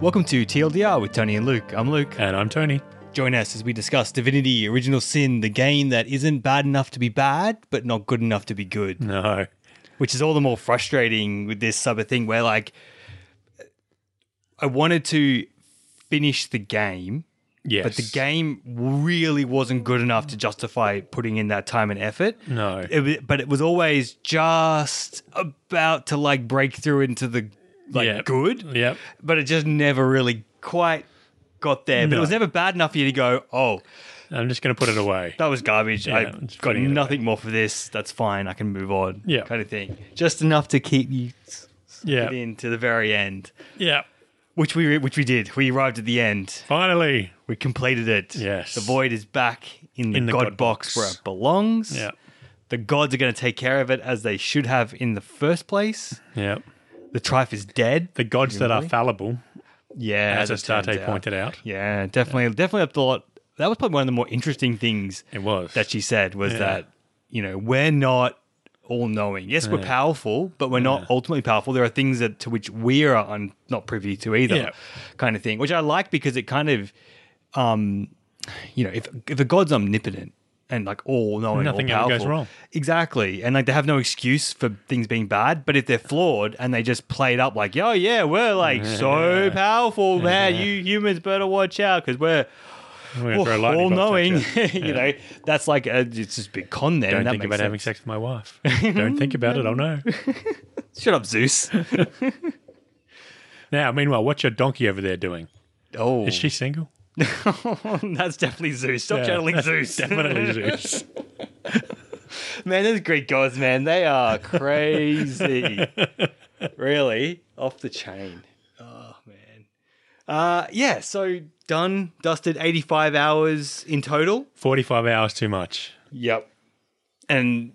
Welcome to TLDR with Tony and Luke. I'm Luke. And I'm Tony. Join us as we discuss Divinity, Original Sin, the game that isn't bad enough to be bad, but not good enough to be good. No. which is all the more frustrating with this type of thing where like I wanted to finish the game, Yes. but the game really wasn't good enough to justify putting in that time and effort. No. It, wa- but it was always just about to like break through into the like Yep. good, Yep. but it just never really quite got there. But it No. was never bad enough for you to go, oh, I'm just going to put it away. that was garbage. I Yeah, it's got putting it nothing more for this. That's fine. I can move on. Yeah. kind of thing. Just enough to keep you s- s- Yeah. in to the very end, Yeah. which we which we did. We arrived at the end. Finally. We completed it. Yes. the void is back in the, In the god, God box box. where it belongs. Yeah. the gods are going to take care of it as they should have in the first place. Yep. The trife is dead. The gods that are Presumably. fallible, yeah, as it Astarte turns out. pointed out. Yeah, definitely, definitely up the lot. That was probably one of the more interesting things It was. that she said was Yeah. that you know we're not all knowing. Yes, we're powerful, but we're not ultimately powerful. There are things that to which we are un, not privy to either, Yeah. kind of thing. Which I like because it kind of, um, you know, if if a god's omnipotent and like all knowing, Nothing all ever powerful, goes wrong. exactly, and like they have no excuse for things being bad. But if they're flawed and they just play it up like, oh yeah, we're like so powerful, man, you humans better watch out because we're We're gonna throw lightning all bolts at knowing, you. you know, that's like a, it's just a big con there. Don't and that think about makes having sense. sex with my wife. Don't think about it. I'll know. Shut up, Zeus. Now, meanwhile, what's your donkey over there doing? oh, Is she single? that's definitely Zeus. Stop Yeah, channeling that's Zeus. Definitely Zeus. man, those Greek gods, man, they are crazy. really, off the chain. Oh man. Uh, yeah. So done, dusted. Eighty-five hours in total. 45 hours too much. Yep. And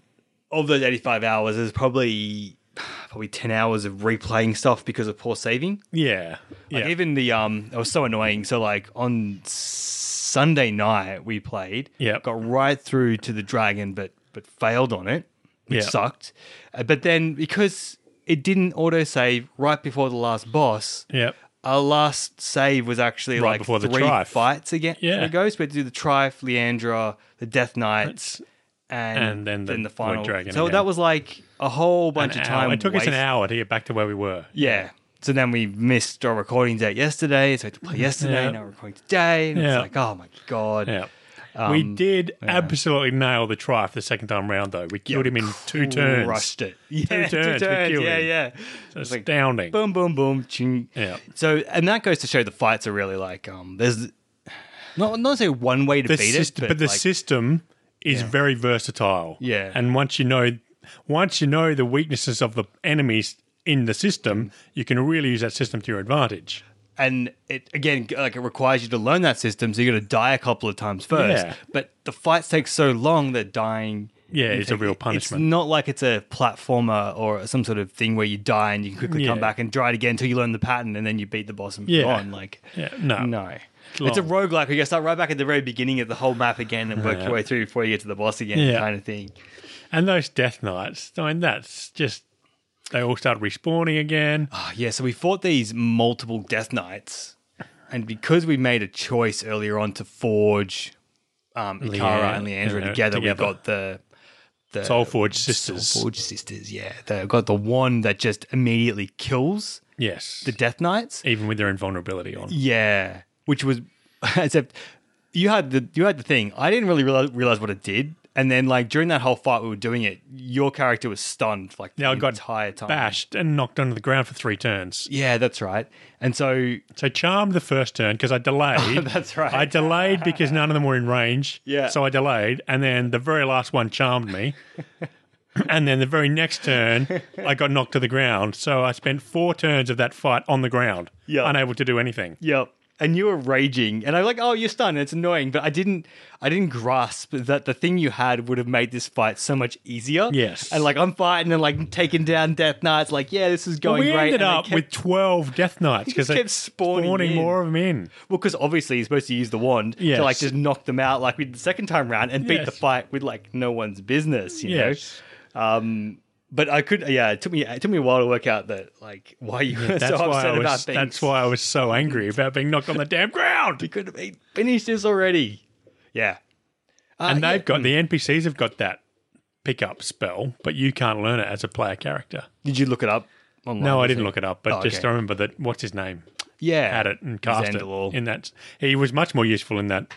of those 85 hours, there's probably probably 10 hours of replaying stuff because of poor saving. Yeah. Like Yeah. even the um, it was so annoying. So like on Sunday night we played. Yep. Got right through to the dragon, but but failed on it, which Yeah. sucked. Uh, but then because it didn't auto save right before the last boss, Yep. our last save was actually Right like before the three Trife. fights again. Yeah. ago. So we had to do the Trife, Leandra, the Death Knights, That's- and, and then the White final Dragon So again. that was like a whole An bunch of hour. time. It took us an wasted. hour to get back to where we were. Yeah. So then we missed our recordings out yesterday. So we had to play yesterday. Yeah. Now we're recording today. And Yeah. it's like, oh my God. Yeah. we Um, did absolutely nail the trife the second time round, though. We killed him in two turns. Rushed it. Yeah, turns, we killed yeah, him. yeah. That's like- astounding. Boom, boom, boom. Ching. Yeah. So, and that goes to show the fights are really like, um, there's not, not say one way to the beat syst- it, but, but, the like, system is very versatile. Yeah. and once you know, once you know the weaknesses of the enemies in the Mm. system, you can really use that system to your advantage. and it again g- like it requires you to learn that system so you're going to die a couple of times first Yeah. but the fights take so long that dying Yeah, you it's a real punishment. it's not like it's a platformer or some sort of thing where you die and you can quickly come Yeah. back and try it again until you learn the pattern and then you beat the boss and move Yeah. on like Yeah, no, no long. it's a roguelike where you start right back at the very beginning of the whole map again and work Yeah. your way through before you get to the boss again Yeah. kind of thing and those death knights. I mean, that's just they all start respawning again. Ah, yeah, so we fought these multiple death knights, and because we made a choice earlier on to forge um, Ikara Leanne- and Leandra uh, together, together. we got the the Soulforge sisters. Soulforge sisters. Yeah, they got the one that just immediately kills Yes, the death knights. even with their invulnerability on. Yeah, which was except you had the you had the thing. I didn't really realize, realize what it did, and then like during that whole fight we were doing it, your character was stunned like the Now I got entire time. bashed and knocked onto the ground for three turns. Yeah, that's right. And so So charmed the first turn because I delayed. Oh, That's right. I delayed because none of them were in range. Yeah. So I delayed, and then the very last one charmed me, and then the very next turn I got knocked to the ground. So I spent four turns of that fight on the ground, Yeah. unable to do anything. Yep. And you were raging, and I'm like, "Oh, you're stunned. It's annoying." But I didn't, I didn't grasp that the thing you had would have made this fight so much easier. Yes. And like, I'm fighting and like taking down Death Knights. Like, yeah, this is going we great. ended and they up kept- with twelve death knights just because they kept spawning in. more of them in. well, because obviously you're supposed to use the wand Yes. to like just knock them out, like we did the second time round, and beat the Yes. fight with like no one's business. You Yes. know. Um, But I could, yeah. It took me it took me a while to work out that like why you were That's so why upset I about was. things. That's why I was so angry about being knocked on the damn ground. we could have been- finished this already. Yeah, Uh, and yeah, they've got the NPCs have got that pickup spell, but you can't learn it as a player character. Did you look it up? Online, No, I you didn't think? look it up, but Oh, just okay. I remember that what's his name Yeah, had it and cast Zandalore. it in that. He was much more useful in that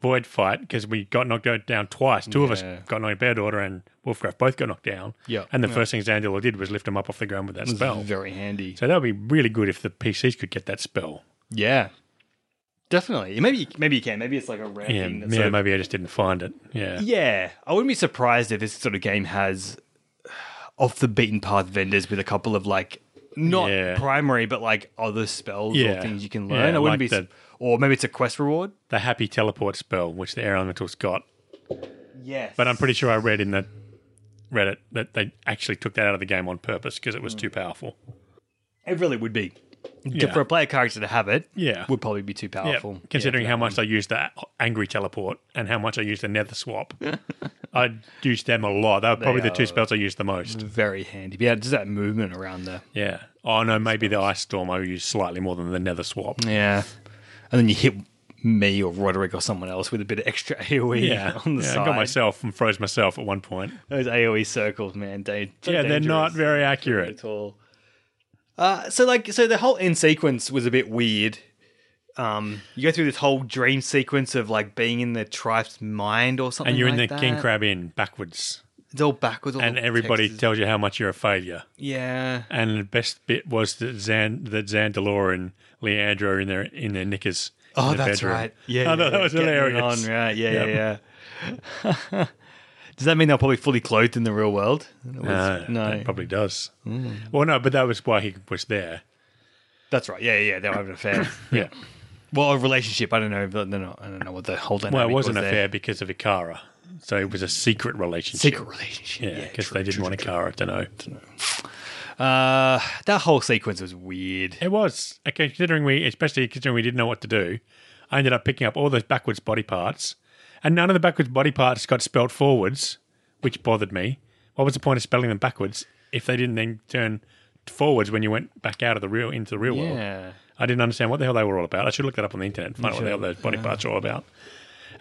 void fight because we got knocked down twice. Two of us Yeah. got knocked down. Order and Wolfgraf both got knocked down. Yeah. and the first thing Zandalor did was lift him up off the ground with that It was spell. very handy. So that would be really good if the PCs could get that spell. Yeah, definitely. Maybe maybe you can. Maybe it's like a rare Yeah, thing. yeah That's sort of- maybe I just didn't find it. Yeah. yeah, I wouldn't be surprised if this sort of game has off the beaten path vendors with a couple of like not Yeah. primary but like other spells Yeah. or things you can Yeah, learn. I wouldn't like be. su- the- or maybe it's a quest reward. The happy teleport spell, which the air elementals got. Yes, But I'm pretty sure I read in the Reddit that they actually took that out of the game on purpose because it was too powerful. It really would be. Yeah. For a player character to have it, Yeah. would probably be too Yeah, powerful. Considering how much I used the angry teleport and how much I used the nether swap, I used them a lot. They were probably the are- two spells I used the most. very handy. Yeah, just that movement around there. Yeah. Oh no, maybe the ice storm I used slightly more than the nether swap. Yeah, and then you hit me or Roderick or someone else with a bit of extra AOE Yeah. on the yeah, side. I got myself and froze myself at one point. Those AOE circles, man, they so yeah, they're not dangerous very accurate. at all. Uh, so like, so the whole end sequence was a bit weird. Um, you go through this whole dream sequence of like being in the tribe's mind or something, And you're in the like King that. Crab Inn backwards, It's all backwards, all and the everybody text is- tells you how much you're a failure. yeah, And the best bit was that Zan that Zandalore and Leandro are in their in their knickers. Oh, in their that's bedroom. right. Yeah, I yeah, thought yeah, that was getting it hilarious. On, right? Yeah, yeah, yeah. Yep. Does that mean they're probably fully clothed in the real world? It was- No, no, Uh, Hmm. that probably does. Well, no, but that was why he was there. that's right. Yeah, yeah, yeah, they were having an affair. Yeah. well, a relationship. I don't know. But they're not, I don't know what the whole dynamic Well, it wasn't was a there. fair because of Ikara, so it was a secret relationship. Secret relationship. Yeah, because true, they didn't true, want true, Ikara to know. true. Uh, that whole sequence was weird. It was okay, considering we, especially considering we didn't know what to do. I ended up picking up all those backwards body parts, and none of the backwards body parts got spelled forwards, which bothered me. What was the point of spelling them backwards if they didn't then turn forwards when you went back out of the real into the real world? Yeah. I didn't understand what the hell they were all about. I should look that up on the internet and find out what the hell those body parts are all about.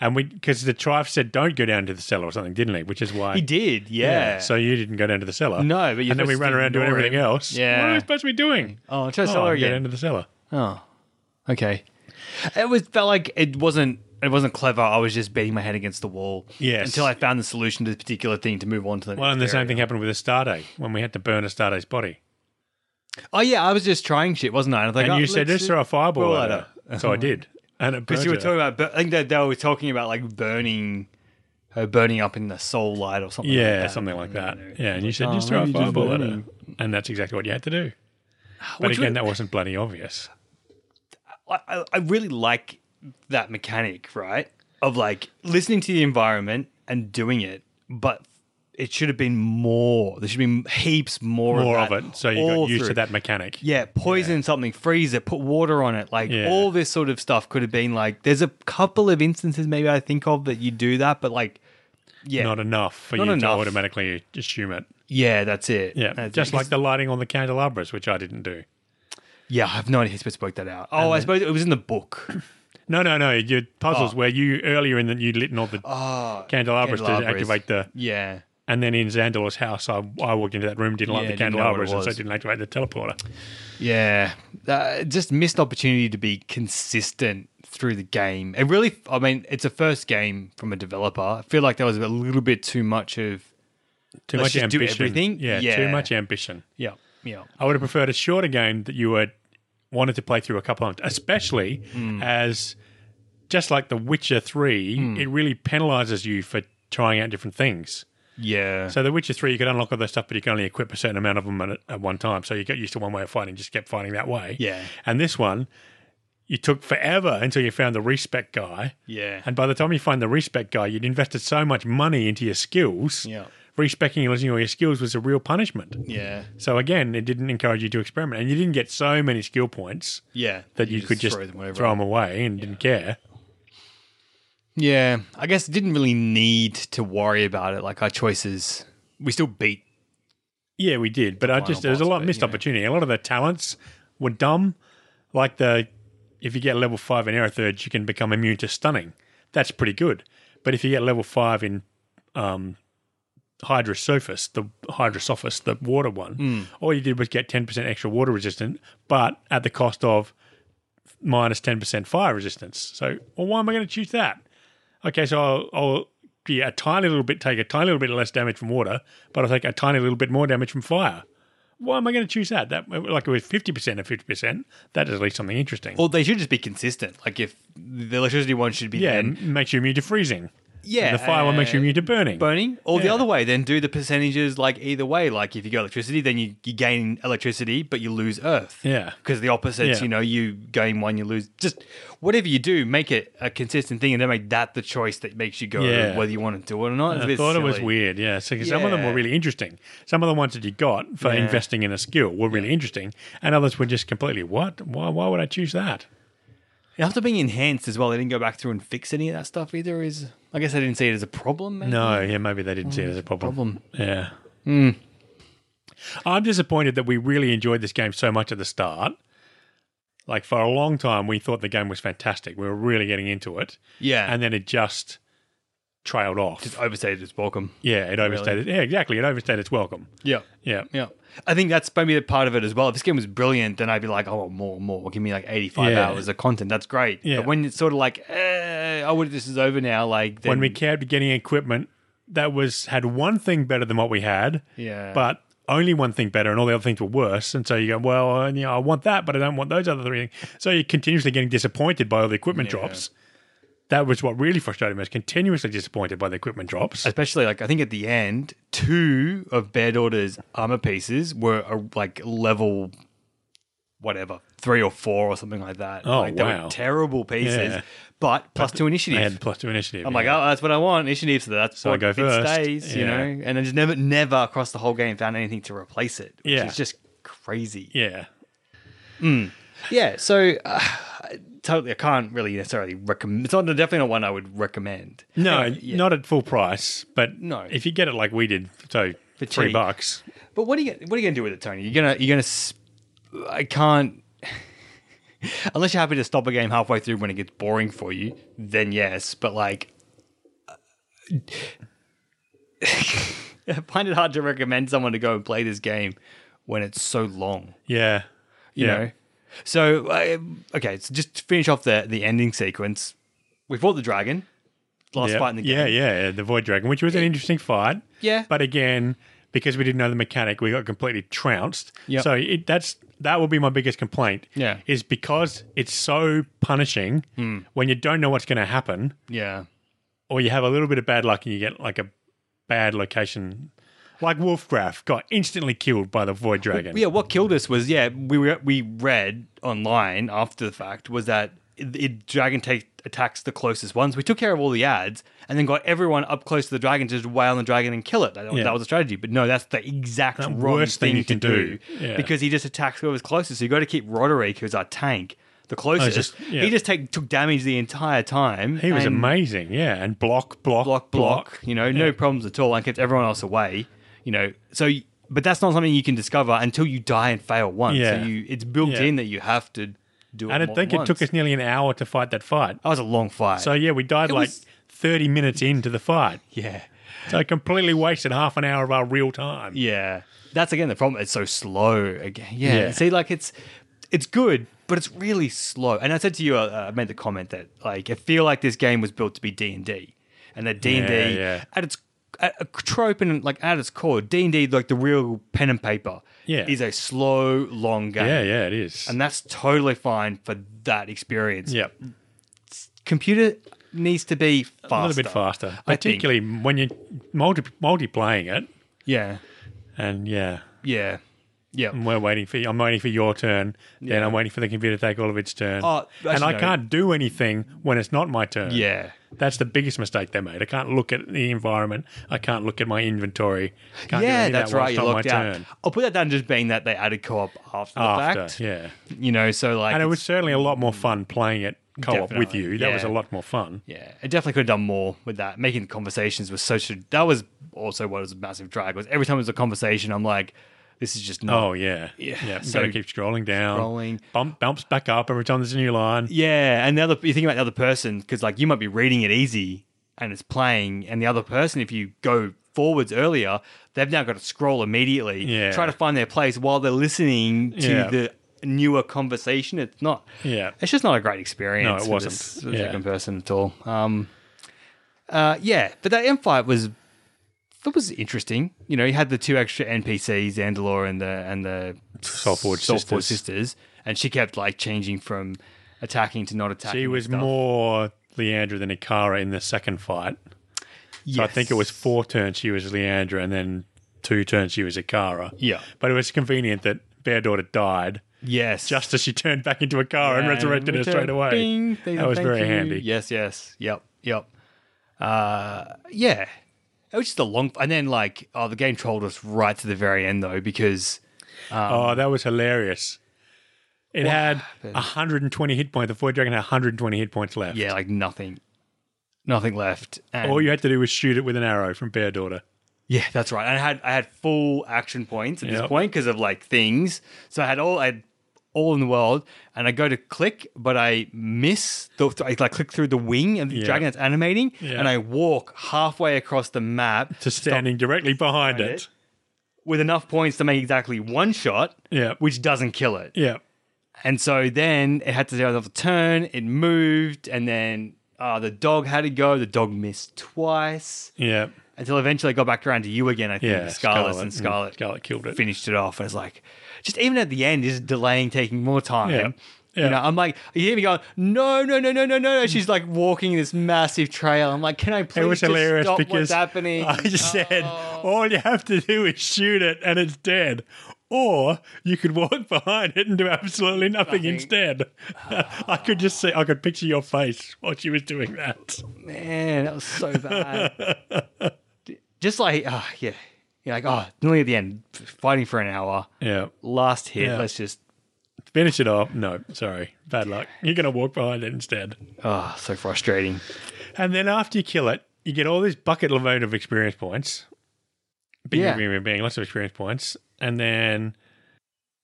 And we, because the tribe said don't go down to the cellar or something, didn't he? Which is why He did. Yeah. So you didn't go down to the cellar. No, but you're and then we supposed ran to around doing ignore everything him. else. What Yeah. are we supposed to be doing? oh, try Oh, cellar I'll go again. down to the cellar. Oh, okay. It was felt like it wasn't it wasn't clever. I was just beating my head against the wall. Yes. Until I found the solution to this particular thing to move on to the. Well, next and the same area. thing happened with Astarte when we had to burn Astarte's body. Oh yeah, I was just trying shit, wasn't I? And, I was like, And oh, you said, let's just do- throw a fireball roll at at her. So I did. And it Because burned you were her. talking about, bur- I think that they were talking about like burning, her burning up in the soul light or something. Yeah, like that. something like that. Yeah, and you said, "Oh, just throw a maybe just fireball at her. burning." And that's exactly what you had to do. But Which again, was- that wasn't bloody obvious. I, I- I really like that mechanic, right? Of like listening to the environment and doing it, but it should have been more. There should be heaps more, More of, of that it. So you all got used through. to that mechanic. Yeah, poison something, freeze it, put water on it. Like Yeah. all this sort of stuff could have been like. There's a couple of instances maybe I think of that you do that, but like, yeah, Not enough for Not you enough. to automatically assume it. yeah, that's it. Yeah. That's it. just 'Cause- like the lighting on the candelabras, which I didn't do. yeah, I have no idea who's supposed to work that out. Oh, I suppose it was in the book. No, no, no. Your puzzles where you earlier in that you lit all the Oh, candelabras, to candelabras. activate the yeah. And then in Zandalor's house, I, I walked into that room, didn't like Yeah, the didn't know what it candelabras, and so was. didn't activate the teleporter. Yeah, uh, just missed opportunity to be consistent through the game. It really, I mean, it's a first game from a developer. I feel like that was a little bit too much of Too Let's much just do ambition. everything? Yeah, Yeah. too much ambition. yeah, yeah, I would have preferred a shorter game that you had wanted to play through a couple of times, especially Hmm. as just like The Witcher 3, it really penalizes you for trying out different things. yeah, So The Witcher 3, you could unlock all that stuff, but you can only equip a certain amount of them at, at one time. So you got used to one way of fighting, just kept fighting that way. Yeah. And this one, you took forever until you found the respect guy. yeah, And by the time you find the respect guy, you'd invested so much money into your skills. Yeah. Respecting and losing all your skills was a real punishment. yeah, So again, it didn't encourage you to experiment. And you didn't get so many skill points yeah. that you, could just throw them, wherever. away and didn't care. Yeah, I guess didn't really need to worry about it. Like our choices, we still beat Yeah, we did, but I final just there's a boss lot bit, missed yeah. opportunity. A lot of the talents were dumb, like the if you get level five in Aerothurge, you can become immune to stunning. That's pretty good. But if you get level five in um, Hydrosophus, the Hydrosophus, the water one, Hmm. all you did was get ten percent extra water resistant, but at the cost of minus ten percent fire resistance. So, well, why am I going to choose that? Okay, so I'll, I'll yeah, a tiny little bit take a tiny little bit less damage from water, but I'll take a tiny little bit more damage from fire. Why am I going to choose that? That like it was fifty percent or fifty percent. That is at least something interesting. Or they should just be consistent. Like if the electricity one should be yeah, then m- makes you immune to freezing. yeah, the fire one makes you uh, immune to burning. burning, or the Yeah. other way. Then do the percentages like either way. Like if you go electricity, then you, you gain electricity, but you lose earth. Yeah. because the opposites. Yeah. You know, you gain one, you lose. Just whatever you do, make it a consistent thing, and don't make that the choice that makes you go Yeah. whether you want to do it or not. It's a I bit thought it was silly. weird, yeah. So 'cause some of them Yeah. were really interesting. Some of the ones that you got for Yeah. investing in a skill were really interesting, and others were just completely what? Why? Why would I choose that? After being enhanced as well, they didn't go back through and fix any of that stuff either. Is I guess I didn't see it as a problem. maybe? No, yeah, maybe they didn't see it as a problem. problem. Yeah. Hmm. I'm disappointed that we really enjoyed this game so much at the start. Like for a long time, we thought the game was fantastic. We were really getting into it, Yeah, and and then it just trailed off. just overstated its welcome. yeah, it overstayed. Yeah, exactly. It overstayed its welcome. Yeah. Yeah, Yeah. I think that's maybe a part of it as well. If this game was brilliant, then I'd be like, oh, more, more. Give me like 85 Yeah. hours of content. That's great. Yeah. But when it's sort of like, eh, oh, well, this is over now. Like, then, when we kept getting equipment that was had one thing better than what we had, Yeah. but only one thing better, and all the other things were worse. And so you go, well, I- you know, I want that, but I don't want those other three things. So you're continuously getting disappointed by all the equipment drops. That was what really frustrated me. I was continuously disappointed by the equipment drops. Especially like, I think at the end, two of Bad Order's armor pieces were uh, like level whatever, three or four or something like that. Oh, like, they wow. were terrible pieces, Yeah. but plus two I initiative. had plus two initiative. I'm yeah. like, oh, that's what I want. Initiative, so that's I what go it first. stays, you Yeah. know. And I just never, never across the whole game found anything to replace it, which Yeah. is just crazy. yeah, Yeah, so uh, I totally, I can't really necessarily recommend. It's not definitely not one I would recommend. no, Anyway, yeah. not at full price, but No. if you get it like we did, so three cheap. bucks. But what are you what are you gonna do with it, Tony? You're gonna you're gonna. Sp- I can't. Unless you're happy to stop a game halfway through when it gets boring for you, then yes. But like, uh, I find it hard to recommend someone to go and play this game when it's so long. Yeah, you yeah. know. So uh, okay, so just to finish off the the ending sequence. We fought the dragon, last Yeah. fight in the Yeah, game. yeah, yeah, the Void Dragon, which was an interesting fight. Yeah. But again, because we didn't know the mechanic, we got completely trounced. Yep. So it, that's that will be my biggest complaint. Yeah. Hmm. Is because it's so punishing when you don't know what's going to happen, yeah, or you have a little bit of bad luck and you get like a bad location. Like Wolfgraf got instantly killed by the Void Dragon. yeah. What killed us was yeah. We were, we read online after the fact was that it, it, dragon take, attacks the closest ones. We took care of all the ads and then got everyone up close to the dragon to just wail on the dragon and kill it. That, Yeah. that was a strategy, but no, that's the exact wrong worst thing thing, you to can do, do. Yeah. because he just attacks whoever's closest. So you got to keep Roderick, who's our tank. The closest, Oh, just- yeah. he just take, took damage the entire time. He was and- amazing. Yeah. And block, block, block, block, you know, no problems at all, and kept everyone else away, you know. So, y- but that's not something you can discover until you die and fail once. Yeah. So you, it's built Yeah. in that you have to do it. And I more think than it took once. us nearly an hour to fight that fight. That was a long fight. So yeah, we died It like was- 30 minutes into the fight. yeah, So completely wasted half an hour of our real time. yeah. That's again the problem. It's so slow. Again, yeah. Yeah. See, like it's it's good, but it's really slow. And I said to you, uh, I made the comment that like I feel like this game was built to be D and D, and that D and Yeah, D yeah. at its at a trope and like at its core, D and D like the real pen and paper. Yeah. is a slow, long game. Yeah, yeah, it is. and that's totally fine for that experience. yeah, Computer needs to be faster. a little bit faster, I think. particularly when you're multi multiplaying it. Yeah. And yeah, Yeah. Yeah. and we're waiting for I'm waiting for your turn. Then I'm waiting for the computer to take all of its turn. Oh, actually, and I no. can't do anything when it's not my turn. Yeah. that's the biggest mistake they made. I can't look at the environment. I can't look at my inventory. Can't do yeah, any of that that's while right. it's You not my locked out. turn. I'll put that down just being that they added co-op after the After, fact. yeah, You know, so like, and it it's- was certainly a lot more fun playing it co-op with Definitely, you. That was a yeah. lot more fun. Yeah, it definitely could have done more with that. Making the conversations was such a that was also what was a massive drag was every time there was a conversation, I'm like, this is just not. Oh yeah, Yeah, yeah. so- gotta keep scrolling down. Scrolling. Bump bumps back up every time there's a new line. Yeah, and the other you think about the other person because like you might be reading it easy and it's playing, and the other person if you go forwards earlier, they've now got to scroll immediately, Yeah. try to find their place while they're listening to Yeah. the newer conversation. It's not. Yeah. It's just not a great experience. No, it for wasn't. this Yeah. second person at all. Um, uh, yeah, but that M fight was that was interesting. You know, you had the two extra NPCs, Andalore and the and the Soulforge Soulforge sisters. sisters, and she kept like changing from attacking to not attacking. She and was stuff. more Leandra than Ikara in the second fight. So I think it was Yes. four turns she was Leandra and then two turns she was Ikara. Yeah. But it was convenient that Bear Daughter died Yes, just as she turned back into Ikara and resurrected her return- straight away. Bing. Thank- that was thank very you. handy. Yes, yes, yep, yep. Uh, yeah, it was just a long. And then like, oh, the game trolled us right to the very end though because Oh, Um, that was hilarious. It had 120 hit points. The Void Dragon had 120 hit points left. yeah, like nothing, nothing left. And All you had to do was shoot it with an arrow from Bear Daughter. Yeah, that's right. And I had I had full action points at Yep. this point because of like things. So I had all I had all in the world, and I go to click, but I miss the I like click through the wing of the Yeah. dragon that's animating, Yeah. and I walk halfway across the map To standing directly behind Behind it. with enough points to make exactly one shot, Yeah. which doesn't kill it. Yeah. And so then it had to do another turn. It moved, and then uh, the dog had to go. The dog missed twice Yeah. until eventually I got back around to you again. I think Yeah. Scarlet, and mm, Scarlet Scarlet killed it. finished it off. And it's like, just even at the end, is delaying taking more time. Yeah. Yeah. You know, I'm like, you hear me going, no, no, no, no, no, no, no. She's like walking this massive trail. I'm like, can I please It was just hilarious stop because what's happening? Oh. I just said all you have to do is shoot it and it's dead. Or you could walk behind it and do absolutely nothing, instead. I could just see, I could picture your face while she was doing that. Man, that was so bad. just like, oh, yeah. You're like, oh, nearly at the end, fighting for an hour, Yeah. last hit. Yeah. Let's just, Finish it off. No, sorry. Bad luck. You're going to walk behind it instead. oh, so frustrating. And then after you kill it, you get all this bucket load of experience points. Bing, Yeah. bing, bing, bing, lots of experience points. And then,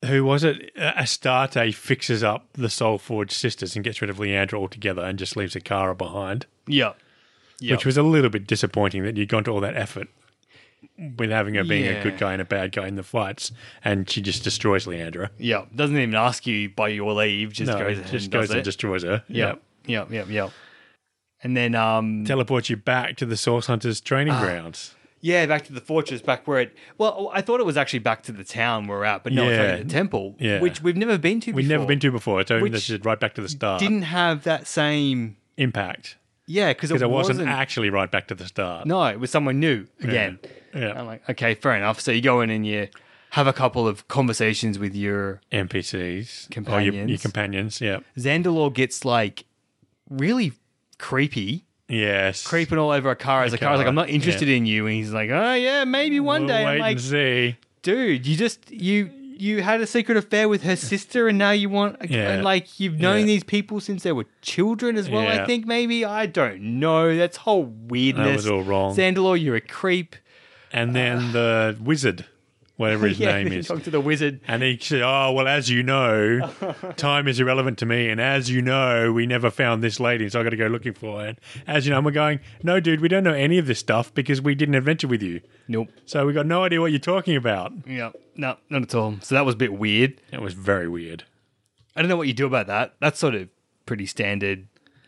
who was it? Uh, Astarte fixes up the Soul Forge sisters and gets rid of Leandra altogether and just leaves Ikara behind, Yep. Yep. which was a little bit disappointing that you'd gone to all that effort with having her being a Yeah. good guy and a bad guy in the fights, and she just destroys Leandra. Yep. Doesn't even ask you by your leave, just No, goes ahead just and goes does and it. destroys her. Yep. Yep. Yep. Yep. And then, um, Teleports you back to the Source Hunters Ah. training grounds. yeah, back to the fortress, back where it. Well, oh, I thought it was actually back to the town we're at, but no, it's Yeah. only the temple, Yeah. which we've never been to. We've never before. been to before. So Which this is right back to the start. Didn't have that same. impact Yeah, because it, because it wasn't, wasn't. actually right back to the start. no, it was someone new again. Yeah. I'm like, okay, fair enough. So you go in and you have a couple of conversations with your NPCs, Oh, your, your Companions. companions. Yeah, Zandalore. Gets like really creepy. yes. Creeping all over Akara. Akara's like, Akara, I'm not interested in you. And he's like, oh, yeah, maybe one We'll day. I'm wait like, and see. dude, you just you you had a secret affair with her sister, and now you want Yeah. and like you've known Yeah. these people since they were children as well. Yeah. I think maybe I don't know. That's whole weirdness. was all wrong. Sandalore, you're a creep. And then the wizard, whatever his yeah, name you is, talk to the wizard. and he said, "Oh well, as you know, time is irrelevant to me, and as you know, we never found this lady, so I got to go looking for her." And as you know, and we're going, "No, dude, we don't know any of this stuff because we didn't adventure with you, Nope. so we got no idea what you're talking about." Yeah. No, not at all. So that was a bit weird. It was very weird. I don't know what you do about that. That's sort of pretty standard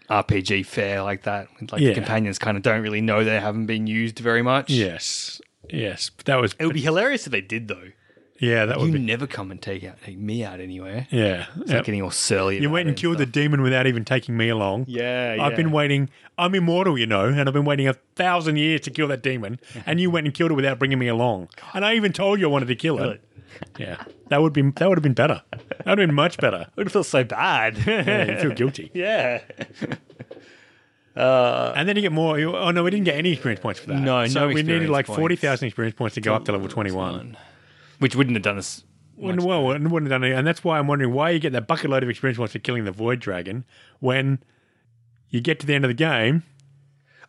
RPG fare like that. Like Yeah. the companions kind of don't really know they haven't been used very much. Yes, yes, but that was It would be hilarious if they did though. yeah, that would You be never come and take out take me out anywhere. Yeah. Like getting all surly. you went and killed the demon without even taking me along. Yeah, I've yeah. been waiting. I'm immortal, you know, and I've been waiting a thousand years to kill that demon, and you went and killed it without bringing me along. And I even told you I wanted to kill it. Yeah, that would be that would have been better. That would have been much better. It would feel so bad. Yeah, you feel guilty, yeah. and then you get more. you- Oh no, we didn't get any experience points for that. No, so no we needed experience like points. forty thousand experience points to go up to level twenty-one. Which wouldn't have done us. Wouldn't- well, wouldn't wouldn't have done it. And that's why I'm wondering why you get that bucket load of experience points for killing the Void Dragon when You get to the end of the game,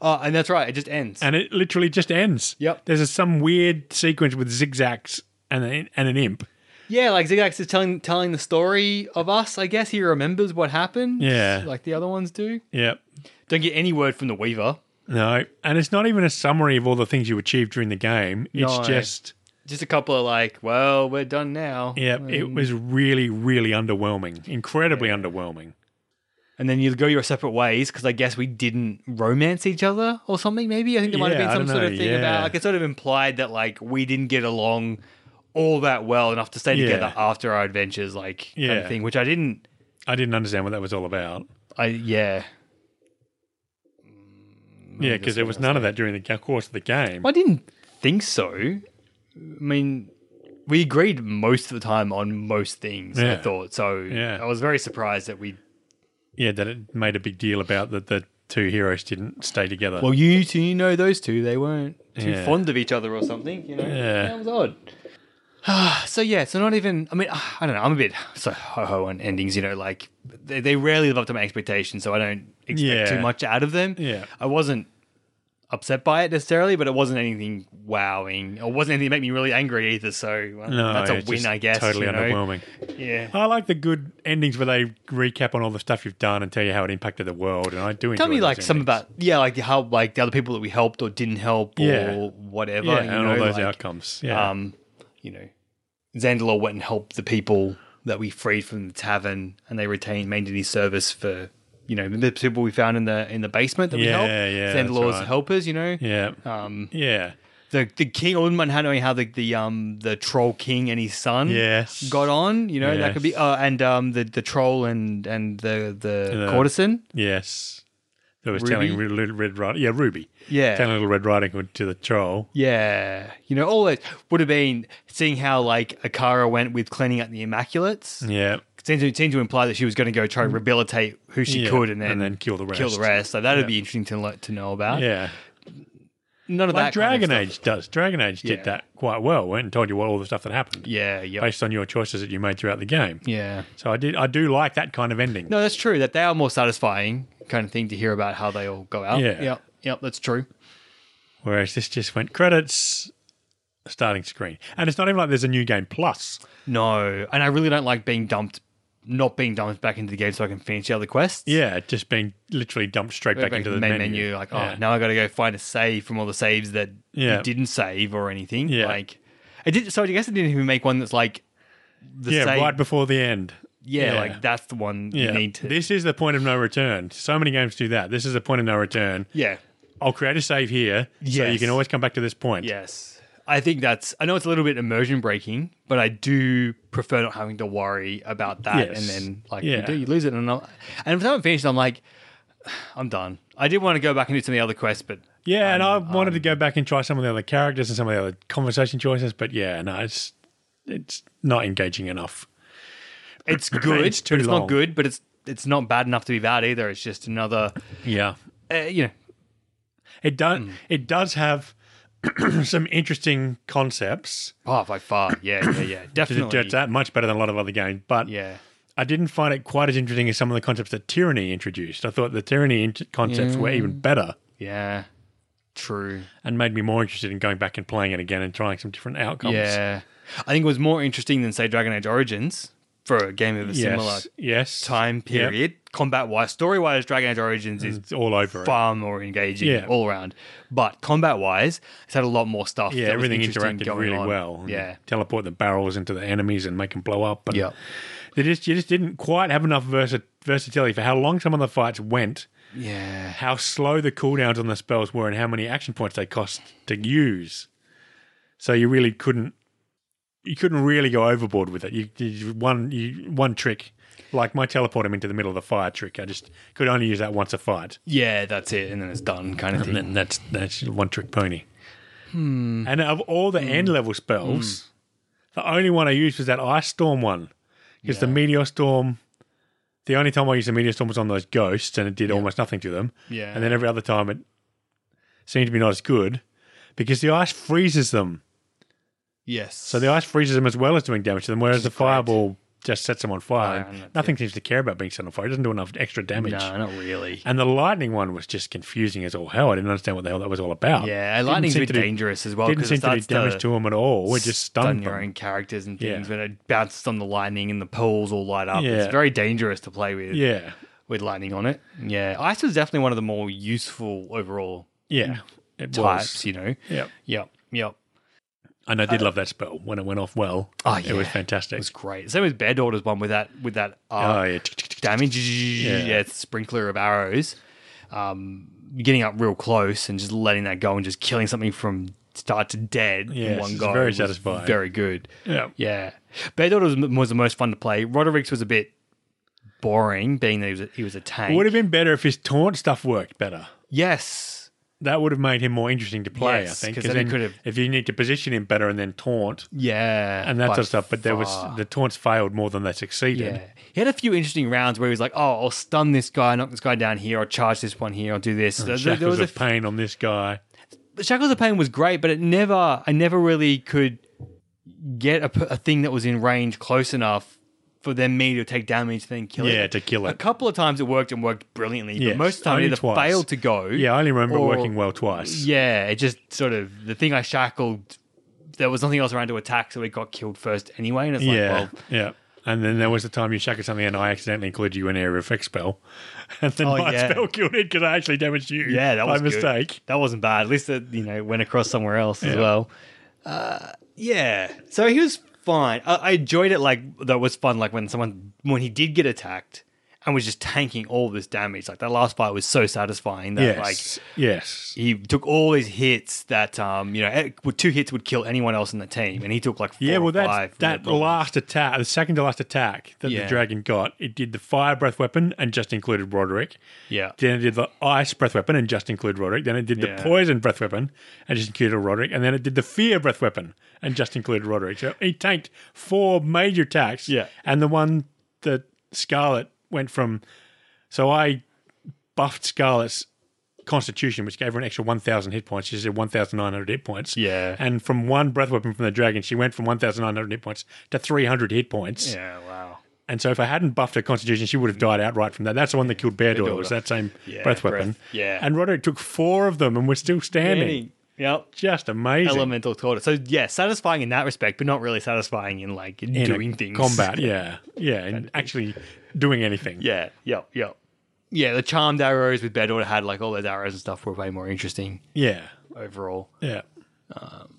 Oh, and that's right. It just ends. and it literally just ends. Yep. There's a, some weird sequence with zigzags and an, and an imp. yeah, like Zigzax is telling telling the story of us. I guess he remembers what happened. Yeah. like the other ones do. Yep. Don't get any word from the Weaver. No, and it's not even a summary of all the things you achieved during the game. It's No. just, Just a couple of like, well, we're done now. yeah, Mm. it was really, really underwhelming. Incredibly underwhelming. And then you go your separate ways because I guess we didn't romance each other or something. Maybe I think there might Yeah, have I been some don't sort know, of thing yeah. about like it sort of implied that like we didn't get along all that well enough to stay Yeah. together after our adventures, like kind Yeah. of thing. Which I didn't. I didn't understand what that was all about. I yeah. Yeah, because there was none of that during the ga- course of the game. I didn't think so. I mean, we agreed most of the time on most things. I Yeah. thought so. Yeah. I was very surprised that we. Yeah, that it made a big deal about that the two heroes didn't stay together. Well, you two, you know those two. They weren't too Yeah. fond of each other or something. You know, Yeah. that was odd. so yeah, so not even. I mean, I don't know. I'm a bit so ho ho on endings. You know, like they, they rarely live up to my expectations, so I don't expect Yeah. too much out of them. Yeah. I wasn't upset by it necessarily, but it wasn't anything wowing. It wasn't anything that made me really angry either. So well, no, that's a it's win, just I guess. Totally you know? underwhelming. Yeah. I like the good endings where they recap on all the stuff you've done and tell you how it impacted the world. And I do enjoy Tell me those like some endings. about yeah, like how like the other people that we helped or didn't help Yeah. or whatever. yeah, you and know, all those like, outcomes. Yeah, Um, you know, Xandalor went and helped the people that we freed from the tavern, and they retained maintained his service for you know the people we found in the in the basement that we Yeah, helped. yeah, that's Xandalor's right. helpers, you know. yeah, Um, yeah, the the king. I wouldn't mind knowing how the the um the troll king and his son yes. got on. You know that could be. Yes. Uh, and um the the troll and and the the The- courtesan. Yes, that was Ruby? telling Red, Red, Red Riding. Yeah, Ruby. Yeah. telling Little Red Riding Hood to the troll. Yeah, you know, all that would have been seeing how like Akara went with cleaning up the Immaculates. Yeah, Seemed to seemed to imply that she was going to go try and rehabilitate who she Mm. Yeah, could, and then, and then kill the rest. Kill the rest. So that'd Yeah. be interesting to le- to know about. yeah. None of Like that. kind Dragon of stuff. Age does. Dragon Age Yeah. did that quite well. Went and told you what all the stuff that happened Yeah. Yep. based on your choices that you made throughout the game. yeah. So I did. I do like that kind of ending. No, that's true. That they are more satisfying kind of thing to hear about how they all go out. Yeah. Yep. Yep. That's true. Whereas this just went credits, starting screen, and it's not even like there's a new game plus. No, and I really don't like being dumped, not being dumped back into the game so I can finish the other quests. Yeah, just being literally dumped straight Go back, into to the main menu. Like, yeah. oh, now I got to go find a save from all the saves that Yeah. you didn't save or anything. Yeah. Like, it did. So I guess it didn't even make one that's like the yeah, save. right before the end. yeah, yeah. like that's the one Yeah, you need to. this is the point of no return. So many games do that. This is the point of no return. yeah. I'll create a save here, so you Yes. can always come back to this point. Yes. I think that's. I know it's a little bit immersion breaking, but I do prefer not having to worry about that. Yes. And then, like, Yeah. you do, you lose it. And, I'm, and if I haven't finished, I'm like, I'm done. I did want to go back and do some of the other quests, but Yeah, and Um, I wanted to go back and try some of the other characters and some of the other conversation choices, but yeah, no, it's it's not engaging enough. it's good. It's too but it's long. not good, but it's it's not bad enough to be bad either. It's just another, Yeah, uh, you know, it does. Hmm. It does have some interesting concepts. Oh, by far, yeah, yeah, yeah, definitely. It's that much better than a lot of other games, but Yeah, I didn't find it quite as interesting as some of the concepts that Tyranny introduced. I thought the Tyranny int- concepts were even better. yeah, true. and made me more interested in going back and playing it again and trying some different outcomes. Yeah, I think it was more interesting than say Dragon Age Origins for a game of a Yes. similar yes. time period, combat wise, story wise. Dragon Age Origins is It's all over it. far more engaging Mm. Yeah. all around, but combat wise, it's had a lot more stuff. Yeah, that was everything interesting interacted going really on. well. And Yeah, Teleport the barrels into the enemies and make them blow up. And Yep. They just, you just didn't quite have enough versa- versatility for how long some of the fights went, yeah. how slow the cooldowns on the spells were, and how many action points they cost to use. So you really couldn't. You couldn't really go overboard with it. You, you one you one trick, like my teleport him into the middle of the fire trick. I just could only use that once a fight. Yeah, that's it, and then it's done, kind of And thing. then that's that's your one trick pony. And of all the end level spells, the only one I used was that ice storm one. Because the meteor storm, the only time I used the meteor storm was on those ghosts, and it did almost nothing to them. Yeah. And then every other time it seemed to be not as good because the ice freezes them. Yes. So the ice freezes them as well as doing damage to them, whereas the fireball just sets him on fire. Fire, and that's nothing seems to care about being set on fire. It doesn't do enough extra damage. No, not really. And the lightning one was just confusing as all hell. I didn't understand what the hell that was all about. Yeah, Didn't lightning's a seem bit to do- dangerous as well Didn't because it seem to do starts damage to, to him at all. It just stun stunned your them. own characters and Yeah. things when it bounces on the lightning and the poles all light up. It's Yeah. very dangerous to play with Yeah, with lightning on it. Yeah, ice was definitely one of the more useful overall yeah. It Mm. types. was. You know. Yeah, Yep. Yep. and I did love that spell when it went off. Well, Oh, it was yeah. fantastic. It was great. Same as Bear Daughter's one with that with that uh, oh yeah, damage. Yeah. it's sprinkler of arrows. Um, getting up real close and just letting that go and just killing something from start to dead in Yes, one it's go. very was satisfying. Very good. yeah. Yeah, Bear Daughter was, was the most fun to play. Roderick's was a bit boring, being that he was a, he was a tank. Would have been better if his taunt stuff worked better. yes, That would have made him more interesting to play, Yes, I think. 'cause then he could have- if you need to position him better and then taunt yeah, and that by sort of stuff, but there was far. the taunts failed more than they succeeded. yeah. He had a few interesting rounds where he was like, "Oh, I'll stun this guy, knock this guy down here, I'll charge this one here, I'll do this." There- there, Oh, Shackles was a of pain on this guy. f- Shackles of Pain was great, but it never, I never really could get a, p- a thing that was in range close enough for them me to take damage, then kill it. Yeah, to kill A it. couple of times it worked and worked brilliantly, Yes, but most of the time it only either twice. failed to go. Yeah, I only remember Or- working well twice. Yeah, it just sort of the thing I shackled. There was nothing else around to attack, so it got killed first anyway. And it's yeah, like, well, yeah. And then there was the time you shackled something and I accidentally included you in area effect spell. And then Oh, my yeah. spell killed it because I actually damaged you. yeah, that was by good. mistake. That wasn't bad. At least it you know went across somewhere else as well. Uh, yeah, so he was fine. I, I enjoyed it. Like that was fun. Like when someone when he did get attacked and was just tanking all this damage. Like that last fight was so satisfying. That like Yes. yes. he took all his hits that um you know eh, two hits would kill anyone else in the team, and he took like four Yeah, or well, five that's, from that the problem. last attack, the second to last attack that Yeah. the dragon got, it did the fire breath weapon and just included Roderick. yeah Then it did the ice breath weapon and just included Roderick. Then it did Yeah. the poison breath weapon and just included Roderick. And then it did the fear breath weapon and just included Roderick. So he tanked four major attacks. Yeah. And the one that Scarlet went from. So I buffed Scarlet's constitution, which gave her an extra 1,000 hit points. She said 1,900 hit points. Yeah. And from one breath weapon from the dragon, she went from 1,900 hit points to 300 hit points. yeah wow. And so if I hadn't buffed her constitution, she would have died outright from that. That's the one that killed Bear Daughter, Daughter. was that same Yeah, breath weapon. breath, yeah. And Roderick took four of them and we're still standing. Any- Yep. Just amazing. Elemental tortoise. So yeah, satisfying in that respect, but not really satisfying in like In a doing things. Combat, yeah. Yeah, and actually doing anything. Yeah. Yep. Yep. Yeah, the charmed arrows with Bedwater had like all those arrows and stuff were way more interesting Yeah. overall. Yeah. Um,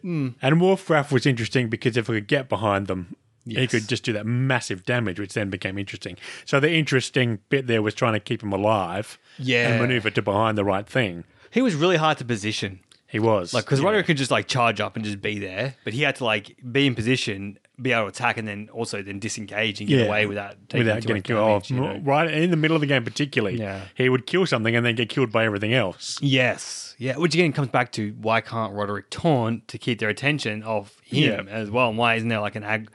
hmm. And Wolfgraf was interesting because if we could get behind them, he Yes. could just do that massive damage, which then became interesting. So the interesting bit there was trying to keep him alive Yeah. and maneuver to behind the right thing. He was really hard to position He was. because yeah. Roderick could just like charge up and just be there, but he had to like be in position, be able to attack, and then also then disengage and get Yeah. away without taking without too getting much killed. damage, oh, you m- know? Right in the middle of the game, particularly, Yeah. he would kill something and then get killed by everything else. Yes. Yeah. Which again comes back to why can't Roderick taunt to keep their attention off him Yeah. as well? And why isn't there like an ag.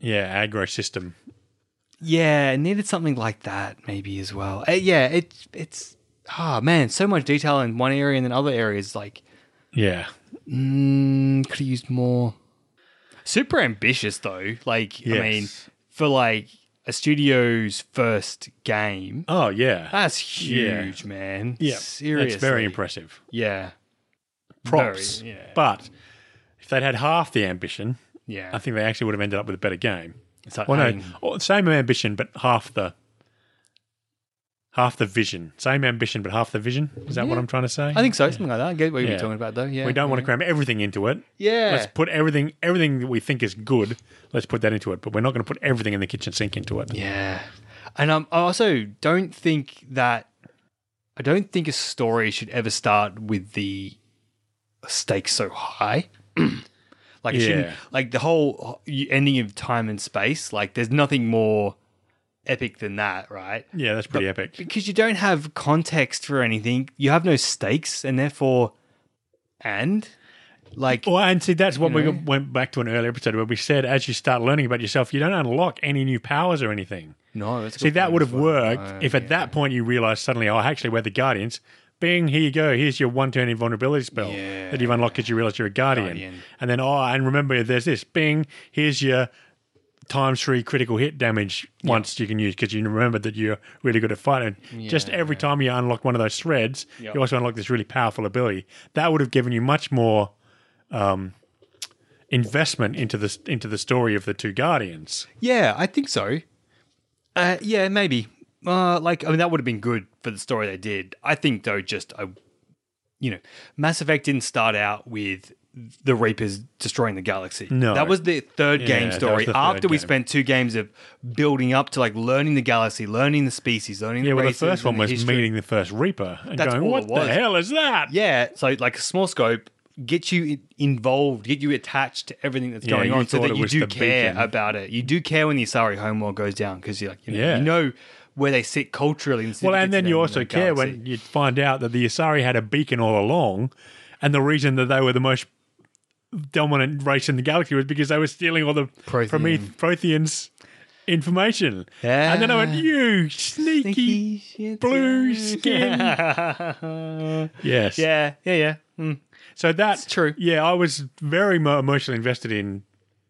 Yeah, aggro system. Yeah, it needed something like that maybe as well. Uh, yeah, it, it's. Ah, man, so much detail in one area and then other areas. Like, Yeah, mm, could have used more. Super ambitious, though. Like, I mean, Yes. for like a studio's first game, Oh yeah, that's Yeah. huge, man. yeah. Seriously. that's very impressive. Yeah. Props, Very, yeah. but if they'd had half the ambition, Yeah. I think they actually would have ended up with a better game. it's like, Well, no, having- or same ambition, but half the half the vision. Same ambition, but half the vision. Is that what Yeah. I'm trying to say? I think so. Something like that. I get what you Yeah. were talking about, though. Yeah. we don't want to cram everything into it. Yeah. Let's put everything everything that we think is good. Let's put that into it, but we're not going to put everything in the kitchen sink into it. yeah. And um, I also don't think that I don't think a story should ever start with the stakes so high. like it shouldn't. Yeah. Like the whole h- ending of time and space. Like there's nothing more epic than that, right? Yeah, that's pretty epic. Because you don't have context for anything. You have no stakes, and therefore, and like Well, and see, that's what we know? went back to an earlier episode where we said as you start learning about yourself, you don't unlock any new powers or anything. no. That's a See, good that point would as have well. worked Uh, if at yeah. that point you realized suddenly, oh, actually, we're the Guardians. Bing, here you go. Here's your one turn invulnerability spell Yeah. that you've unlocked because you realize you're a guardian. Guardian. And then, oh, and remember, there's this. Bing, here's your times three critical hit damage once you can use because you remember that you're really good at fighting. Just every time you unlock one of those threads, Yep. you also unlock this really powerful ability. That would have given you much more um, investment into the into the story of the two guardians. Yeah, I think so. Uh, yeah, maybe. Uh, like, I mean, that would have been good for the story they did. I think, though, just, I, you know, Mass Effect didn't start out with the Reapers destroying the galaxy. No. That was the third Yeah, game that was story. the third After we game. spent two games of building up to, like, learning the galaxy, learning the species, learning Yeah, the well, the races first one and the was history. meeting the first Reaper and That's going, all "What it the was. hell is that?" Yeah, so, like, small scope, get you i- involved, get you attached to everything that's Yeah, going you on so thought that it you was do the care beacon. about it. You do care when the Asari homeworld goes down because you're like, you know, Yeah. you know where they sit culturally. And Well, and then you also care when you find out that the Asari had a beacon all along, and the reason that they were the most dominant race in the galaxy was because they were stealing all the Prothean. Prometh- Protheans information. And then I went, Yeah. "You sneaky." blue skin. yeah, Yes. yeah, yeah. Mm. So that's true. Yeah, I was very mo- emotionally invested in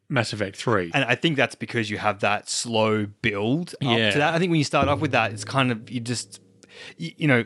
Mass Effect Three. And I think that's because you have that slow build up Yeah. to that. I think when you start off with that, it's kind of you just you, you know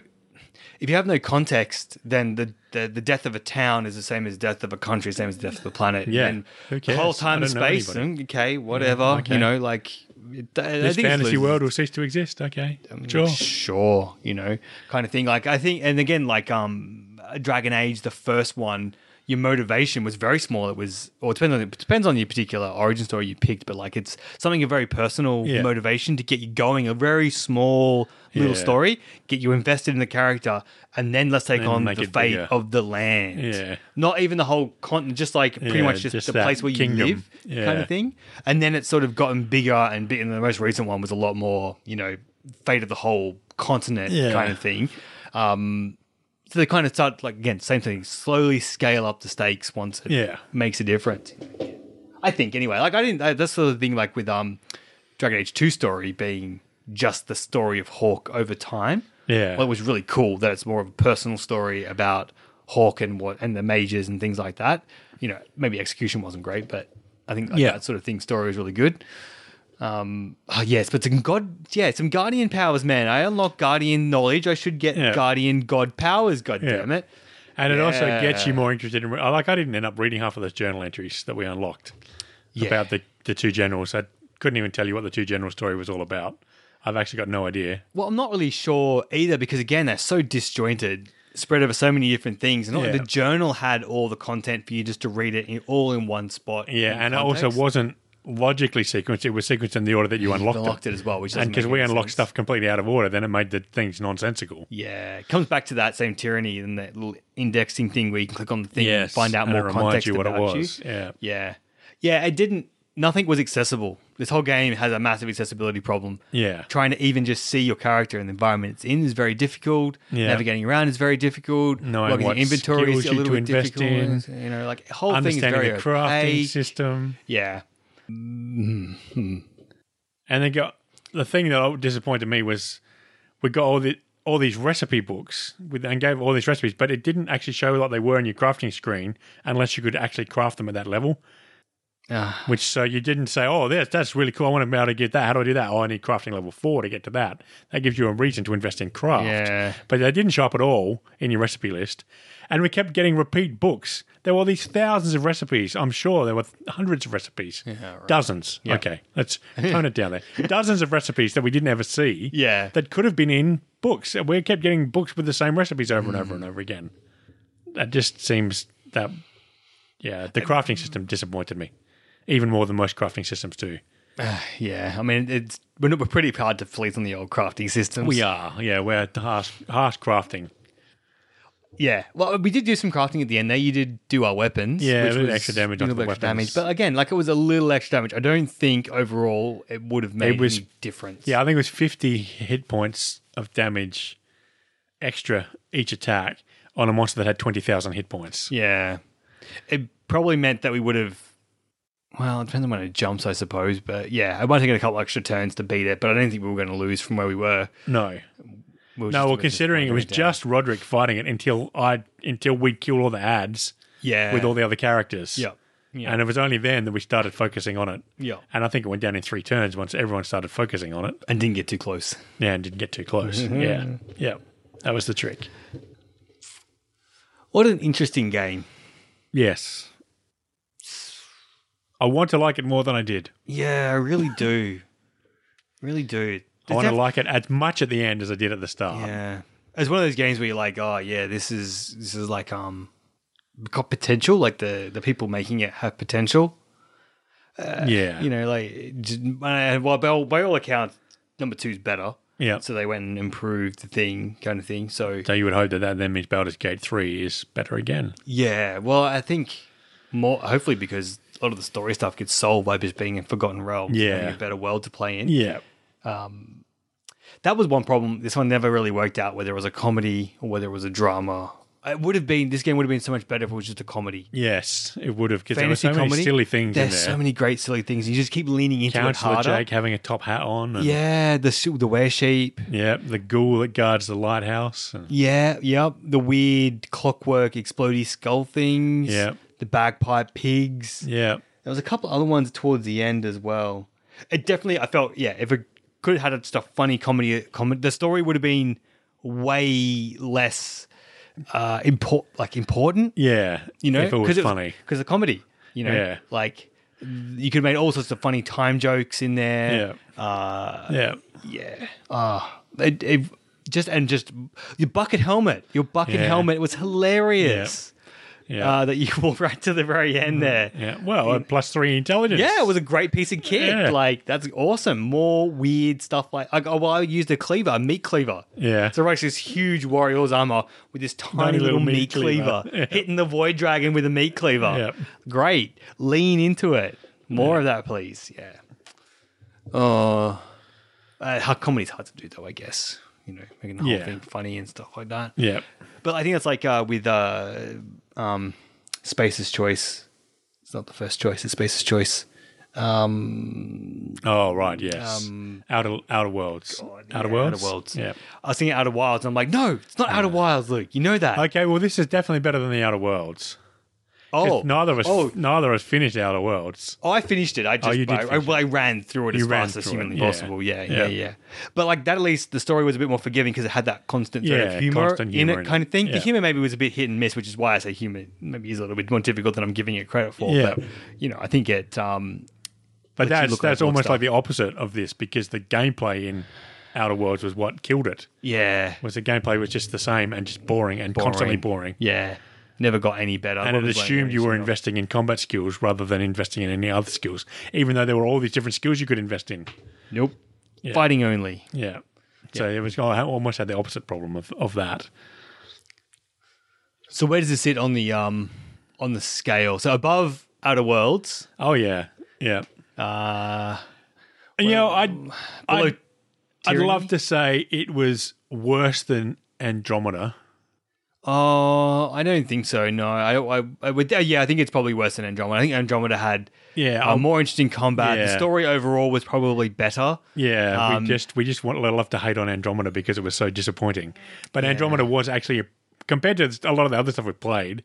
if you have no context, then the, the the death of a town is the same as death of a country, same as death of the planet. Yeah. and Who the whole cares? time I and don't know space. anybody. Mm-hmm. mm, Okay, whatever. You know, like it- I this think it's fantasy losing- Um, world will cease to exist. Okay, sure. sure you know kind of thing like i think and again like um dragon age the first one your motivation was very small it was or it depends on it depends on your particular origin story you picked but like it's something a very personal Yeah. motivation to get you going a very small little Yeah. story get you invested in the character and then let's take Then on make the it fate bigger. of the land Yeah. not even the whole continent just like pretty Yeah, much just, just the that place where you kingdom. live kind Yeah. of thing and then it's sort of gotten bigger and bit and the most recent one was a lot more you know fate of the whole continent Yeah. kind of thing um so they kind of start like again same thing slowly scale up the stakes once it Yeah. makes a difference i think anyway like i didn't I, that's sort of the thing like with um dragon age 2 story being just the story of hawk over time Yeah. well, it was really cool that it's more of a personal story about Hawk and what and the majors and things like that. You know, maybe execution wasn't great, but I think like Yeah. that sort of thing story was really good. Um, oh, yes, but some god, yeah, some guardian powers, man. I unlock guardian knowledge. I should get Yeah. guardian god powers. God Yeah. damn it! And it also gets you Yeah. more interested in. I- Like, I didn't end up reading half of those journal entries that we unlocked Yeah. about the, the two generals. I couldn't even tell you what the two general story was all about. I've actually got no idea. Well, I'm not really sure either because again, they're so disjointed, spread over so many different things, and not- Yeah. the journal had all the content for you just to read it in, all in one spot. Yeah, in and it context. also wasn't logically sequenced. It was sequenced in the order that you unlocked, unlocked it. it as well, which And doesn't because make we any unlocked sense. stuff completely out of order, then it made the things nonsensical. Yeah, it comes back to that same tyranny and that little indexing thing where you can click on the thing and Yes, find out and more it reminds context you what it about was, you. yeah. yeah, yeah. It didn't. Nothing was accessible. This whole game has a massive accessibility problem. Yeah. trying to even just see your character and the environment it's in is very difficult. Yeah. Navigating around is very difficult. Knowing Logging what inventory is skills a you little to bit invest difficult. in. You know, like the whole thing is Understanding very the crafting opaque. system. Yeah, And they got the thing that disappointed me was we got all the all these recipe books with and gave all these recipes, but it didn't actually show like they were in your crafting screen unless you could actually craft them at that level. Ah. Which so you didn't say, oh, that's that's really cool. I want to be able to get that. How do I do that? Oh, I need crafting level four to get to that. That gives you a reason to invest in craft. Yeah. But they didn't show up at all in your recipe list, and we kept getting repeat books. There were all these thousands of recipes. I'm sure there were hundreds of recipes. Dozens. Okay, let's tone it down there. Dozens of recipes that we didn't ever see. Yeah. That could have been in books. And We kept getting books with the same recipes over and over and over again. That just seems that, yeah, the crafting system disappointed me even more than most crafting systems do. yeah. I mean, it's we're, not, we're pretty hard to fleece on the old crafting systems. We are. Yeah, we're harsh, harsh crafting. Yeah. Well, we did do some crafting at the end there. You did do our weapons. Yeah, which a little was extra damage a onto little the extra weapons. damage. But again, like it was a little extra damage. I don't think overall it would have made was- any difference. Yeah, I think it was 50 hit points of damage extra each attack on a monster that had 20,000 hit points. Yeah. It probably meant that we would have. Well, it depends on when it jumps, I suppose. But yeah, I might have taken a couple extra turns to beat it, but I don't think we were going to lose from where we were. No. We were just No, a well, bit considering it was disappointed down. just Roderick fighting it until I until we killed all the ads yeah with all the other characters. yeah Yeah. And it was only then that we started focusing on it. Yeah. And I think it went down in three turns once everyone started focusing on it. And didn't get too close. Yeah, and didn't get too close. Mm-hmm. Yeah. Yeah. That was the trick. What an interesting game. Yes. I want to like it more than I did. Yeah, I really do. really do. I want to like it as much at the end as I did at the start. Yeah. Um, It's one of those games where you're like, oh yeah, this is this is like um got potential. Like the the people making it have potential. yeah. You know, like j- uh, well, by all, by all accounts, number two's better. yeah. So they went and improved the thing, kind of thing. So So you would hope that that then means Baldur's Gate 3 is better again. yeah, well, I think more hopefully because a lot of the story stuff gets solved by just being in Forgotten Realms, Yeah. having a better world to play in. Yeah. That was one problem. This one never really worked out whether it was a comedy or whether it was a drama. It would have been this game would have been so much better if it was just a comedy. Yes, it would have because there were Fantasy so comedy. many silly things There's in there. so many great silly things. You just keep leaning into it Counselor harder. Jake having a top hat on. And, Yeah, the su- the wear sheep. Yeah, the ghoul that guards the lighthouse. and- Yeah, yep. The weird clockwork explodey skull things. Yeah. The bagpipe pigs. yeah, There was a couple other ones towards the end as well. It definitely, I felt, yeah, if it could have had just a funny comedy, comedy the story would have been way less uh import like important. yeah. You know, if it was funny. because the comedy. You know, Yeah. like you could have made all sorts of funny time jokes in there. Yeah. Uh, yeah, yeah. Uh, it, it just and just your bucket helmet, your bucket Yeah. helmet was hilarious. yeah, Mm-hmm. Uh, that you walked right to the very end there. yeah. Well, a plus three intelligence. Yeah, it was a great piece of kit. Yeah. Like that's awesome. More weird stuff like I, well, I used a cleaver, a meat cleaver. yeah, So Rex this huge warrior's armor with this tiny little, meat cleaver, Yeah. hitting the void dragon with a meat cleaver. Yep. Great. Lean into it. More of that, please. Yeah. Oh, uh, ho- comedy's hard to do though. I guess you know making the whole Yeah. thing funny and stuff like that. yeah, But I think it's like uh, with uh, um, Space's Choice. It's not the first choice. It's Space's Choice. Um, Oh right, yes. outer Outer Worlds. yeah, Outer outer Worlds. Worlds. Yeah. I was thinking Outer Wilds, and I'm like, no, it's not Outer Wilds, Luke. You know that. Okay, well, this is definitely better than the Outer Worlds. 'Cause oh, neither of us, Oh, neither of us finished Outer Worlds. Oh, I finished it. I just you did I, I, finish well, I ran through it You as ran fast as through it, humanly yeah. possible. Yeah, yeah, yeah, Yeah. But like that, at least the story was a bit more forgiving because it had that constant thread Yeah, of humor, constant in humor it, in kind it. of thing. The Yeah. humor maybe was a bit hit and miss, which is why I say humor maybe is a little bit more difficult than I'm giving it credit for. Yeah. But you know, I think it. Um, But lets you that's look that's over and almost stuff. like the opposite of this because the gameplay in Outer Worlds was what killed it. yeah, Was the gameplay was just the same and just boring and constantly boring. yeah. Never got any better. And it Probably assumed you were investing in combat skills rather than investing in any other skills, even though there were all these different skills you could invest in. nope, fighting only. Yeah. So it was oh, I almost had the opposite problem of, of that. So where does it sit on the um on the scale? So above Outer Worlds, Oh yeah. Yeah. uh, you know, I'd below I'd, I'd tyranny? love to say it was worse than Andromeda. Oh, I don't think so. No, I, I, I would. Yeah, I think it's probably worse than Andromeda. I think Andromeda had Yeah. a I'll- more interesting combat. The Yeah. story overall was probably better. Yeah, Um, we just we just want love to hate on Andromeda because it was so disappointing. But Andromeda was actually compared to a lot of the other stuff we played,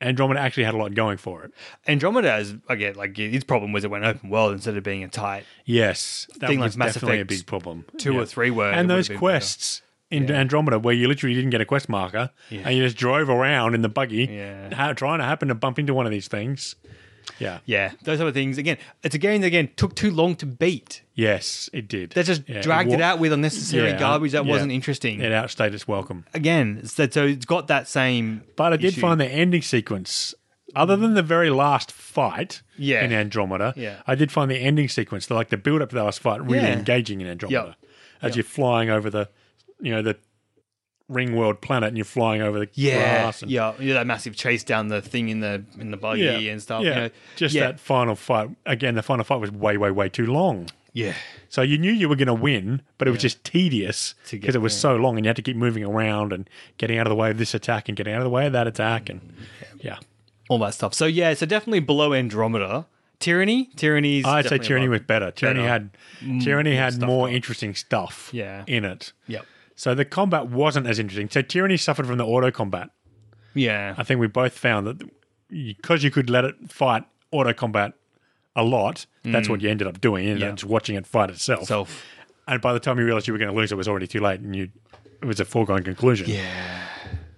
Andromeda actually had a lot going for it. Andromeda is again like its problem was it went open world instead of being a tight Yes, that Thing like was Mass definitely Effect a big problem. two Yeah. or three were. and it would've those been better. quests in Andromeda where you literally didn't get a quest marker and you just drove around in the buggy, Yeah. ha- trying to happen to bump into one of these things. Yeah. Yeah, those other things. Again, it's a game that again took too long to beat. Yes, it did. That just Yeah, dragged it, wa- out with unnecessary Yeah, garbage that yeah. wasn't interesting. It outstayed its welcome. Again, it's that- so it's got that same. But I did issue. find the ending sequence, other than the very last fight Yeah. in Andromeda, Yeah. I did find the ending sequence, like the build up to the last fight, really Yeah. engaging in Andromeda. As you're flying over the, you know, the ring world planet, and you're flying over the Yeah, grass. And, yeah, yeah, that massive chase down the thing in the in the buggy and stuff. Yeah, you know. just yeah. that final fight. Again, the final fight was way, way, way too long. Yeah, So you knew you were going to win, but it was just tedious get because it was so long, and you had to keep moving around and getting out of the way of this attack and getting out of the way of that attack, and yeah. all that stuff. So yeah, so definitely below Andromeda. Tyranny, tyranny's. I'd say definitely Tyranny above. was better. Tyranny Better. Mm, had Tyranny had stuff more going. interesting stuff Yeah. in it. Yep. So the combat wasn't as interesting. So Tyranny suffered from the auto combat. Yeah. I think we both found that because you could let it fight auto combat a lot, that's what you ended up doing. You ended Mm. Yeah. up just watching it fight itself. Self. and by the time you realized you were going to lose, it was already too late, and you it was a foregone conclusion. Yeah.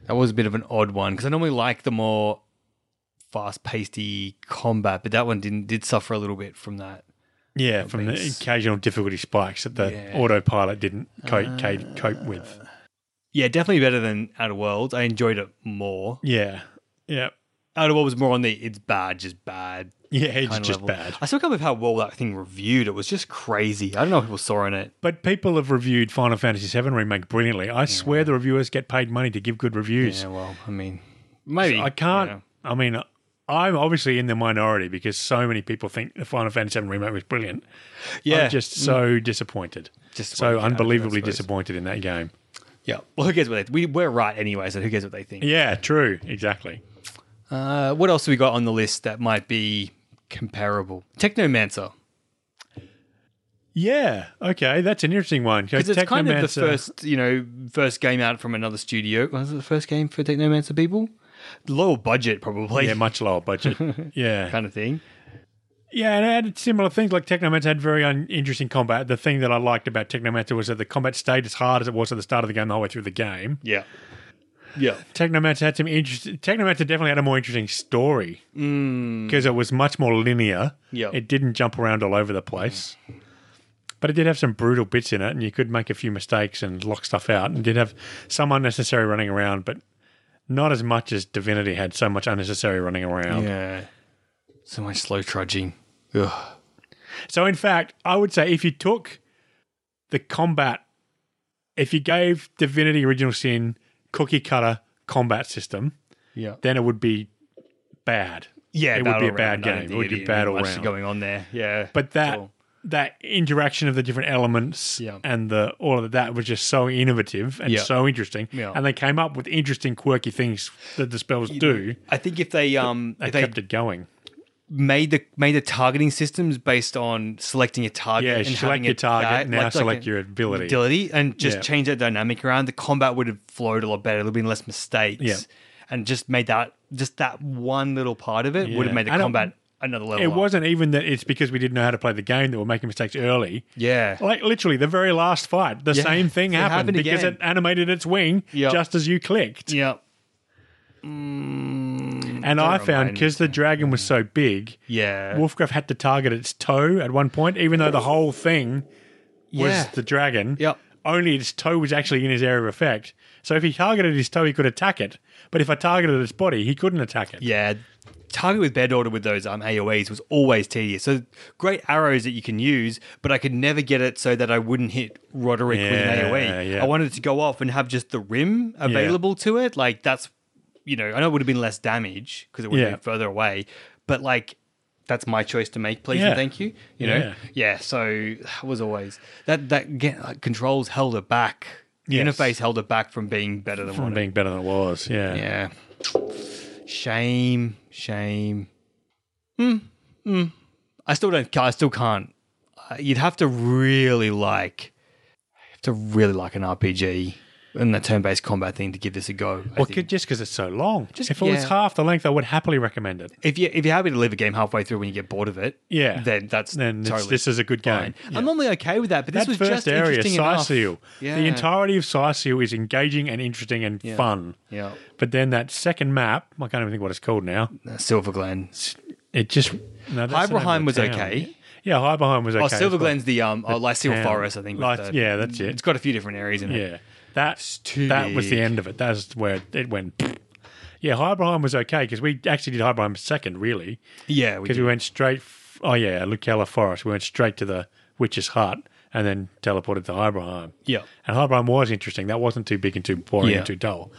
That was a bit of an odd one because I normally like the more fast pasty combat, but that one didn't did suffer a little bit from that. Yeah, from the thanks. occasional difficulty spikes that the Yeah. Uh, autopilot didn't cope, ca- cope with. Yeah, definitely better than Outer Worlds. I enjoyed it more. Yeah, yeah, Outer Worlds was more on the it's bad, just bad. yeah. It's kinda just level. bad. I still can't believe how well that thing reviewed. It was just crazy. I don't know if people saw in it. But people have reviewed Final Fantasy VII remake brilliantly. I swear the reviewers get paid money to give good reviews. Yeah, well, I mean, maybe I can't. I mean, I'm obviously in the minority because so many people think the Final Fantasy VII remake was brilliant. Yeah, I'm just so disappointed, Just wanted so to add it, I unbelievably suppose. disappointed in that game. yeah. Well, who cares what they? We, we're right anyway, so who cares what they think? Yeah, true, exactly. Uh, what else have we got on the list that might be comparable? Technomancer. Yeah, okay, that's an interesting one. Because it's kind of the first, you know, first game out from another studio. Was it the first game for Technomancer people? Lower budget, probably. yeah, much lower budget. yeah, kind of thing. Yeah, and it had similar things. Like Technomancer had very un- interesting combat. The thing that I liked about Technomancer was that the combat stayed as hard as it was at the start of the game, the whole way through the game. Yeah. Yeah. Technomancer had some interesting. Technomancer definitely had a more interesting story because it was much more linear. Yep. it didn't jump around all over the place. But it did have some brutal bits in it, and you could make a few mistakes and lock stuff out, and did have some unnecessary running around, but not as much as Divinity had so much unnecessary running around. Yeah. So much slow trudging. Ugh. So, in fact, I would say if you took the combat, if you gave Divinity Original Sin cookie cutter combat system, Yeah. then it would be bad. Yeah, it would battle be a round. bad I don't game. It think would it'd be bad all much round. going on there. Yeah. But that Cool. that interaction of the different elements Yeah. and the all of that was just so innovative and Yeah. so interesting. Yeah. And they came up with interesting, quirky things that the spells do. I think if they um They if they kept it going. made the made the targeting systems based on selecting a target Yeah, and select having your it target. that- now like- like select a- your ability. ability and just Yeah. change that dynamic around, the combat would have flowed a lot better. There'd been less mistakes. Yeah. And just made that just that one little part of it would Yeah. have made the And it- combat another level. It up. wasn't even that it's because we didn't know how to play the game that we're making mistakes early. Yeah. Like literally the very last fight, the Yeah. same thing It happened, happened because again. it animated its wing Yep. just as you clicked. Yeah. and I don't found remind because the dragon was so big, Mm. Yeah. Wolfgraf had to target its toe at one point, even though the whole thing was Yeah. the dragon. Yep. Only its toe was actually in his area of effect. So if he targeted his toe, he could attack it. But if I targeted its body, he couldn't attack it. Yeah. Target with bed order with those um, AoEs was always tedious. So great arrows that you can use, but I could never get it so that I wouldn't hit Roderick with Yeah, an AoE. yeah. I wanted it to go off and have just the rim available to it. Like that's, you know, I know it would have been less damage because it would have Yeah. been further away, but like that's my choice to make, please Yeah. and thank you. You know, Yeah. yeah. so that was always that that get, like, controls held it back. The Yes. interface held it back from being better than From what it being better than it was. Yeah. yeah. Shame. Shame. Hmm. Hmm. I still don't. I still can't. Uh, You'd have to really like. you Have to really like an RPG and the turn-based combat thing to give this a go. I Well, think. could, just because it's so long. Just- if it was yeah. half the length, I would happily recommend it. if you if you're happy to leave a game halfway through when you get bored of it, Yeah. then that's Then it's- totally this is a good fine. game. I'm normally okay with that, but this that was first just area, interesting enough. Siseo. Yeah. The entirety of Siseo is engaging and interesting and fun. Yeah, But then that second map, I can't even think what it's called now. Uh, Silver Glen. It just no, that's the name of Hyberheim the was town. okay. Yeah, Hyberheim was okay. Oh, as Silver well. Glen's the um, oh, Lyceal town. Forest, I think. with Lyce- the- yeah, that's it. It's got a few different areas in it. Yeah, that's too that was the big. end of it. That's where it went. Yeah, Hyberheim was okay because we actually did Hyberheim second, really, Yeah, we because do. we went straight. F- oh yeah, Lucella Forest. We went straight to the Witch's Hut and then teleported to Hyberheim. yeah. And Hyberheim was interesting. That wasn't too big and too boring Yeah. and too dull.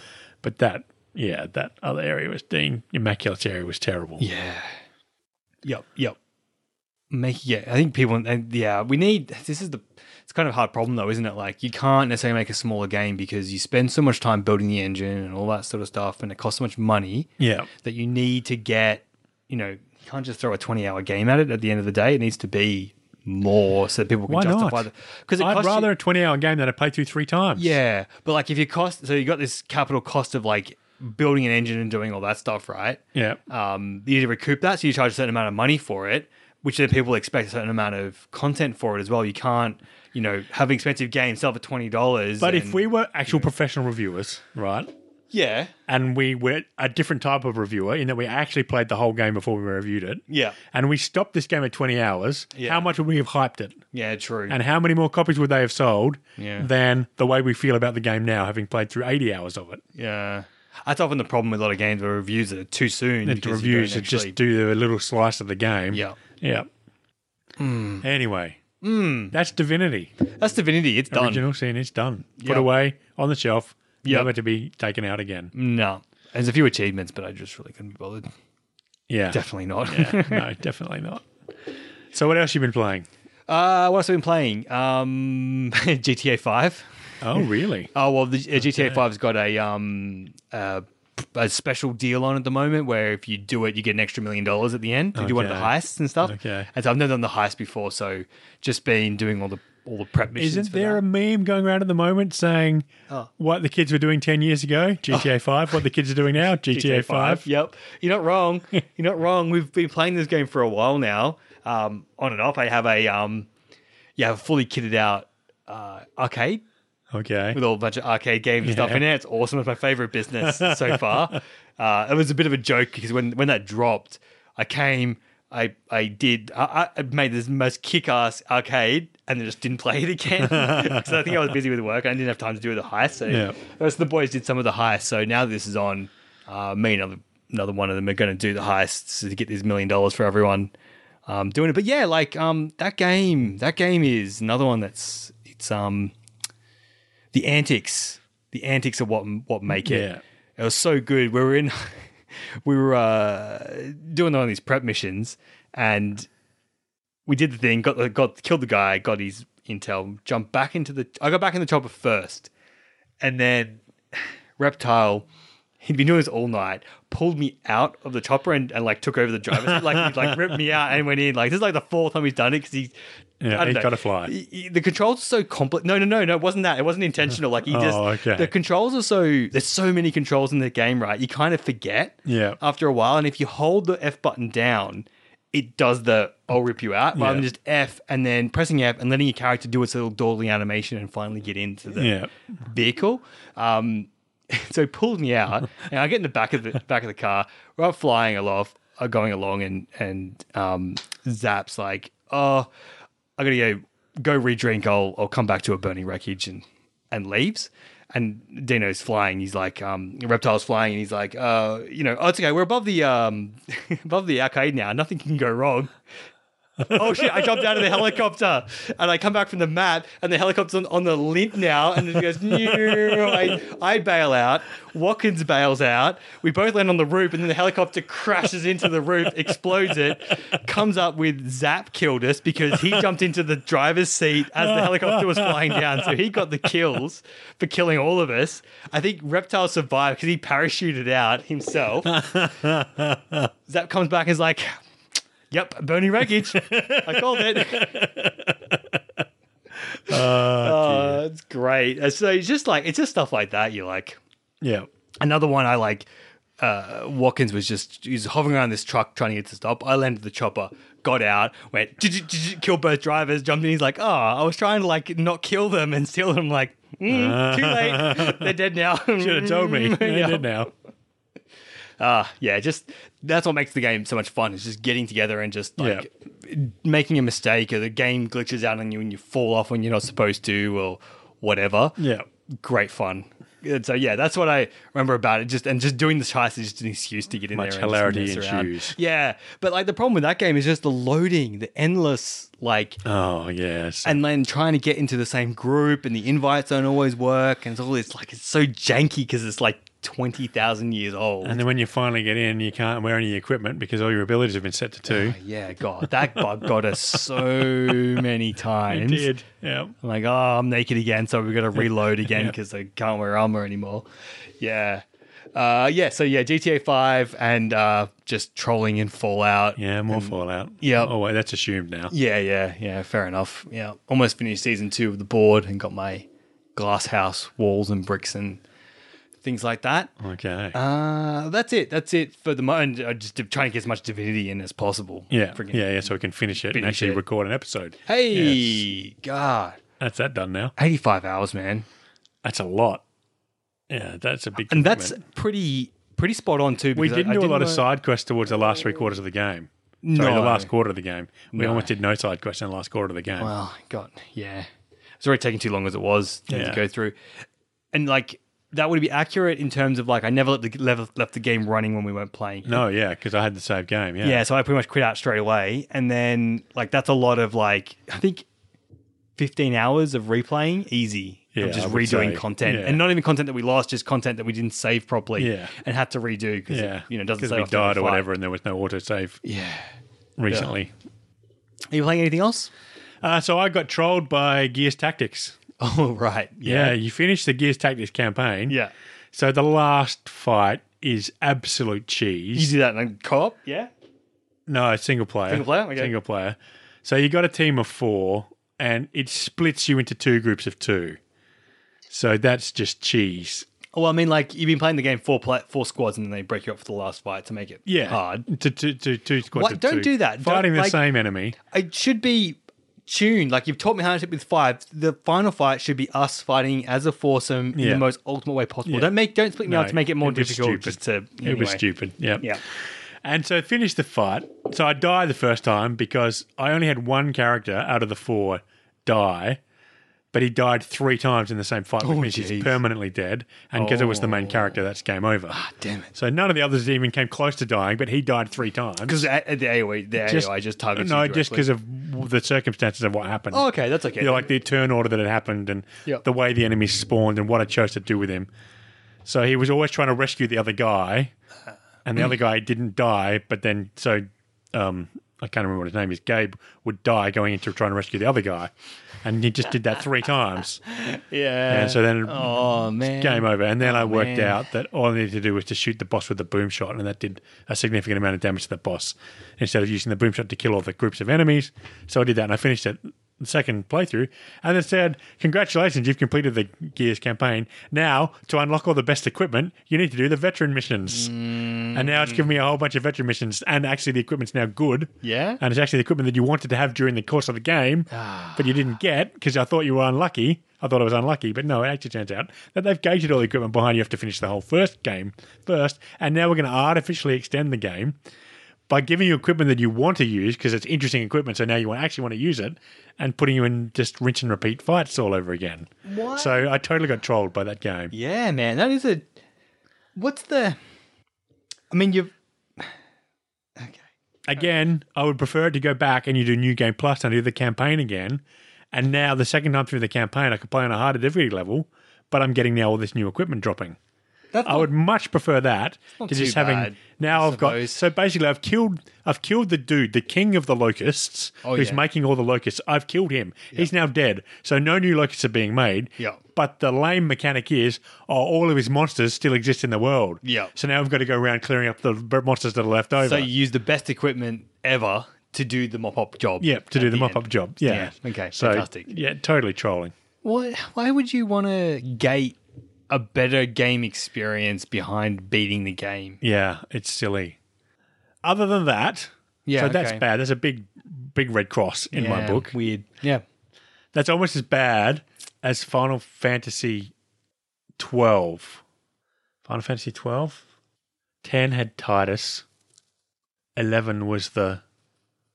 But that, yeah, that other area was Dean Immaculate's area was terrible. Yeah. Yep. Yep. Make yeah. I think people. and Yeah, we need. This is the. It's kind of a hard problem though, isn't it? Like you can't necessarily make a smaller game because you spend so much time building the engine and all that sort of stuff, and it costs so much money Yeah. that you need to get. You know, you can't just throw a twenty-hour game at it. At the end of the day, it needs to be more so that people can Why not? justify Because I'd rather a 20 hour game that I play through three times. Yeah, but like if you cost, so you got this capital cost of like building an engine and doing all that stuff, right? Yeah. Um, you need to recoup that, so you charge a certain amount of money for it, which then people expect a certain amount of content for it as well. You can't, you know, have an expensive game sell for twenty dollars. But if we were actual professional reviewers, right? yeah, And we were a different type of reviewer in that we actually played the whole game before we reviewed it. yeah, And we stopped this game at 20 hours. Yeah. How much would we have hyped it? yeah, true. And how many more copies would they have sold Yeah. than the way we feel about the game now, having played through 80 hours of it? yeah, that's often the problem with a lot of games where reviews are too soon. And the because you don't reviews that actually- just do a little slice of the game. yeah. Hmm. Yeah. Anyway, that's Divinity. That's Divinity. It's Hmm. done. Original scene, it's done. Put Yep. away on the shelf, Yep. Mm. never to be taken out again. No. There's a few achievements, but I just really couldn't be bothered. Yeah. Definitely not. no, definitely not. So, what else you been playing? uh, what else have we been playing? Um, GTA 5. Oh, really? Oh, well, the, uh, GTA 5's got a, um, uh, a special deal on at the moment where if you do it, you get an extra million dollars at the end. If you do one of the Okay. heists and stuff. Okay. And so I've never done the heist before, so just been doing all the all the prep missions. Isn't for there that. Oh. a meme going around at the moment saying what the kids were doing 10 years ago? GTA 5. What the kids are doing now? GTA 5. Yep. You're not wrong. You're not wrong. We've been playing this game for a while now. Um, on and off, I have a um, yeah, a fully kitted out uh, arcade Okay. with all a bunch of arcade games and stuff Yeah. in it. It's awesome. It's my favorite business so far. Uh, it was a bit of a joke because when when that dropped, I came, I I did, I, I made this most kick ass arcade and then just didn't play it again. Because I think I was busy with work and I didn't have time to do the heist. So Yeah. the rest of the boys did some of the heist. So now that this is on, uh, me and another another one of them are going to do the heists to get these million dollars for everyone. Um, doing it, but yeah, like um, that game. That game is another one that's it's um, the antics the antics are what what make it Yeah. it was so good we were in we were uh, doing one of these prep missions and we did the thing got the got killed the guy got his intel jumped back into the i got back in the chopper first and then reptile he'd been doing this all night pulled me out of the chopper and, and like took over the driver's seat. like he like ripped me out and went in like this is like the fourth time he's done it because he Yeah, I don't he's know. gotta fly. Y- y- The controls are so complex. No, no, no, no. It wasn't that. It wasn't intentional. Like he Oh, just okay. the controls are so. There's so many controls in the game, right? You kind of forget. Yeah. After a while, and if you hold the F button down, it does the "I'll rip you out" rather than Yeah. just F and then pressing F and letting your character do its little dawdling animation and finally get into the Yeah. vehicle. Um, so he pulled me out, and I get in the back of the back of the car. We're up flying aloft, uh, going along, and and um, Zap's like, "Oh, I gotta go go redrink. I'll I'll come back to a burning wreckage," and and leaves. And Dino's flying. He's like, um, reptile's flying, and he's like, uh, you know, oh, it's okay. We're above the um, above the arcade now. Nothing can go wrong oh shit, I jumped out of the helicopter. And I come back from the map and the helicopter's on, on the lint now. And it goes, no. I, I bail out. Watkins bails out. We both land on the roof and then the helicopter crashes into the roof, explodes it, comes up with Zap killed us because he jumped into the driver's seat as the helicopter was flying down. So he got the kills for killing all of us. I think Reptile survived because he parachuted out himself. Zap comes back and is like, Yep, burning wreckage. I called it. Oh, Uh, it's great. Uh, So it's just like it's just stuff like that. You like Yeah. another one. I like. Uh, Watkins was just he was hovering around this truck trying to get to stop. I landed the chopper, got out, went kill both drivers, jumped in. He's like, oh, I was trying to like not kill them and steal them. Like, mm, too late. They're dead now. Should have told me. I did now. Uh, yeah, just that's what makes the game so much fun. It's just getting together and just like making a mistake or the game glitches out on you and you fall off when you're not supposed to or whatever. Yeah. Great fun. And so yeah, that's what I remember about it. Just and just doing the heist is just an excuse to get in Much there. and just hilarity mess around. ensues. Yeah, but like the problem with that game is just the loading, the endless like, Oh, yes. and then trying to get into the same group, and the invites don't always work, and it's all this like it's so janky because it's like twenty thousand years old. And then when you finally get in, you can't wear any equipment because all your abilities have been set to two. Yeah, God, that bug got us so many times. Did. Yeah. I'm like, oh, I'm naked again, so we've got to reload again because I can't wear armor anymore. Yeah. Uh, yeah, so yeah, GTA 5 and uh, just trolling in Fallout. Yeah, more Fallout. Yeah. Oh, wait, that's assumed now. yeah, yeah, yeah, fair enough. Yeah, almost finished season two of The Board and got my glass house walls and bricks and things like that. Okay. Uh, that's it. That's it for the moment. I just trying to get as much divinity in as possible. yeah. Friggin- Yeah, yeah. So we can finish it and Finish actually it. record an episode. Hey, Yes. God, That's that done now. eighty-five hours, man, That's a lot. Yeah, that's a big. and that's commitment. pretty pretty spot on too. we because I- didn't I do a lot of wanna- side quests towards the last three quarters of the game. Sorry, the No. last quarter of the game. We No. almost did no side quests in the last quarter of the game. Well, God, yeah. It's already taking too long as it was to Yeah. go through. And like that would be accurate in terms of like I never let the level left the game running when we weren't playing. no, yeah, because I had the save game. Yeah. Yeah, so I pretty much quit out straight away. And then like that's a lot of like I think fifteen hours of replaying, easy. Yeah, of just I would redoing say. content. Yeah. And not even content that we lost, just content that we didn't save properly Yeah. and had to redo because Yeah. you know it doesn't Because save we after the died or fight. whatever and there was no autosave Yeah. recently. Are you playing anything else? Uh, so I got trolled by Gears Tactics. Oh right. Yeah. you finish the Gears Tactics campaign. Yeah. So the last fight is absolute You cheese. do that in a co-op, yeah? No, it's single player. Single player? Okay. Single player. So you got a team of four, and it splits you into two groups of two. So that's just cheese. Well, I mean, like you've been playing the game four pla four squads, and then they break you up for the last fight to make it Yeah, hard. To to to two squads. What? of Don't two. do that. Don't, Fighting the like- same enemy. It should be tuned. Like you've taught me how to hit with five. The final fight should be us fighting as a foursome in Yeah. the most ultimate way possible. Yeah. Don't make don't split me No, up to make it more it was difficult. stupid. Just to It was anyway. stupid. Yeah. Yeah. And so finish the fight. So I die the first time because I only had one character out of the four die, but he died three times in the same fight, which Oh, means he's jeez. Oh. permanently dead. And because it was the main character, that's game over. Ah, Damn it. So none of the others even came close to dying, but he died three times. Because the AOE, the Just- AOE just targets. No, you just directly. because of the circumstances of what happened. Oh, okay, that's okay. Yeah, like the turn order that had happened and Yep. the way the enemy spawned and what I chose to do with him. So he was always trying to rescue the other guy, and the other guy didn't die, but then so um, I can't remember what his name is. Gabe would die going into trying to rescue the other guy, and he just did that three times, yeah. and so then it- oh man. Oh, game over. And then I worked man. out that all I needed to do was to shoot the boss with the boom shot, and that did a significant amount of damage to the boss instead of using the boom shot to kill all the groups of enemies. So I did that, and I finished it the second playthrough, and it said, "Congratulations, you've completed the Gears campaign. Now to unlock all the best equipment, you need to do the veteran missions." And now it's given me a whole bunch of veteran missions, and actually the equipment's now good. Yeah? and it's actually the equipment that you wanted to have during the course of the game, but you didn't get because I thought you were unlucky. I thought I was unlucky, but no, it actually turns out that they've gated all the equipment behind you have to finish the whole first game first, and now we're going to artificially extend the game by giving you equipment that you want to use because it's interesting equipment, so now you want- actually want to use it, and putting you in just rinse and repeat fights all over again. What? So I totally got trolled by that game. Yeah, man, that is a. What's the? I mean, you've. Okay. Again, I would prefer to go back and you do New Game Plus and do the campaign again. And now, the second time through the campaign, I could play on a harder difficulty level, but I'm getting now all this new equipment dropping. That's I would much prefer that not to just too having bad, now. I I've got suppose. so basically, I've killed I've killed the dude, the king of the locusts, Oh, who's yeah. making all the locusts. I've killed him. He's now dead, so no new locusts are being made. Yeah. But the lame mechanic is, oh, all of his monsters still exist in the world. Yeah. So now I've got to go around clearing up the b- monsters that are left over. So you use the best equipment ever to do the mop up job. Yeah, to do at the mop end. up job. Yeah. Yeah, okay, So, fantastic. Yeah, totally trolling. What? Why would you want to gate a better game experience behind beating the game? Yeah, it's silly. Other than that, Yeah, so that's okay. bad. That's a big, big red cross in my Yeah, book. Weird. Yeah. That's almost as bad as Final Fantasy 12. Final Fantasy 12? 10 had Titus. 11 was the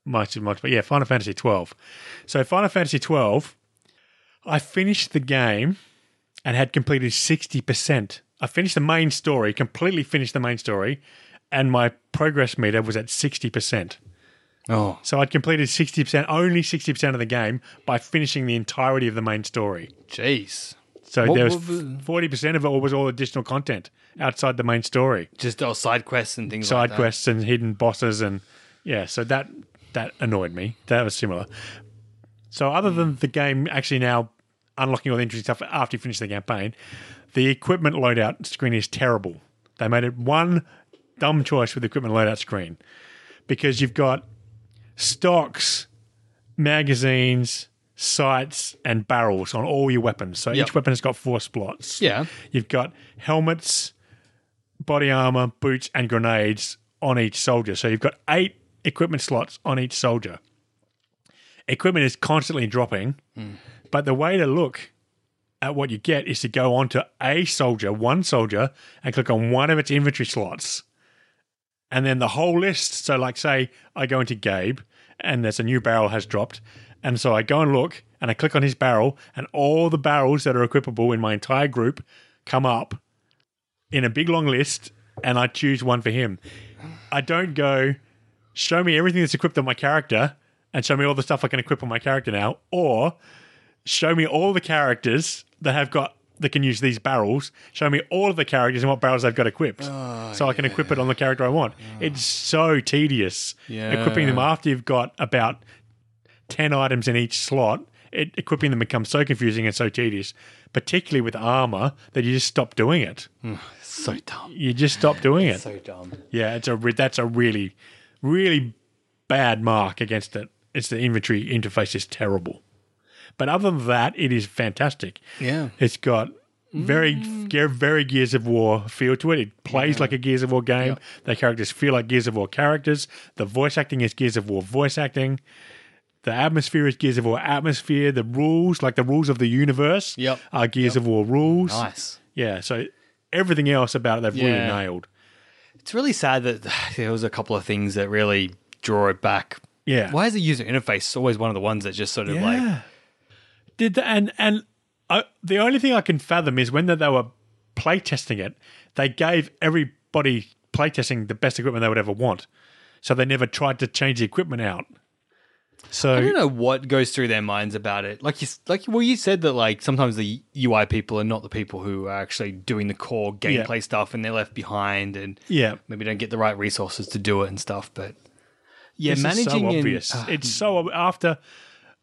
mighty much, but yeah, Final Fantasy 12. So Final Fantasy 12, I finished the game and had completed 60%. I finished the main story, completely finished the main story, and my progress meter was at 60%. Oh. So I'd completed 60%, only 60% of the game by finishing the entirety of the main story. Jeez. So What there was were the- 40% of it was all additional content outside the main story. Just oh, side quests and things. like Side that. quests and hidden bosses and yeah, so that that annoyed me. That was similar. So other Hmm. than the game actually now unlocking all the interesting stuff after you finish the campaign, the equipment loadout screen is terrible. They made it one dumb choice with the equipment loadout screen because you've got stocks, magazines, sights, and barrels on all your weapons. So Yep. each weapon has got four slots. Yeah. You've got helmets, body armor, boots, and grenades on each soldier. So you've got eight equipment slots on each soldier. Equipment is constantly dropping, but the way to look at what you get is to go onto a soldier, one soldier, and click on one of its inventory slots. And then the whole list. So, like, say I go into Gabe and there's a new barrel has dropped. And so I go and look and I click on his barrel, and all the barrels that are equipable in my entire group come up in a big long list. And I choose one for him. I don't go, show me everything that's equipped on my character and show me all the stuff I can equip on my character now, or show me all the characters that have got that can use these barrels. Show me all of the characters and what barrels they've got equipped, so I can equip it on the character I want. It's so tedious Yeah. equipping them after you've got about ten items in each slot. It, equipping them becomes so confusing and so tedious, particularly with armor, that you just stop doing it. So dumb. You just stop doing it. So dumb. Yeah, it's a re- that's a really, really bad mark against it. It's the inventory interface is terrible, but other than that, it is fantastic. Yeah. It's got very Mm. ge- very Gears of War feel to it. It plays like a Gears of War game. The characters feel like Gears of War characters. The voice acting is Gears of War voice acting. The atmosphere is Gears of War atmosphere. The rules, like the rules of the universe, Yep. are Gears of War rules. Nice. Yeah, so everything else about it they've Yeah. really nailed. It's really sad that there was a couple of things that really draw it back. Yeah. Why is the user interface always one of the ones that just sort of like Yeah. did the, and and I, the only thing I can fathom is when that they were playtesting it, they gave everybody playtesting the best equipment they would ever want, so they never tried to change the equipment out. So I don't know what goes through their minds about it. Like you, s- like well, you said that like sometimes the UI people are not the people who are actually doing the core Yeah. gameplay stuff, and they're left behind, and yeah, maybe don't get the right resources to do it and stuff. But yeah, This is managing so and- obvious. ah, it's so ob- after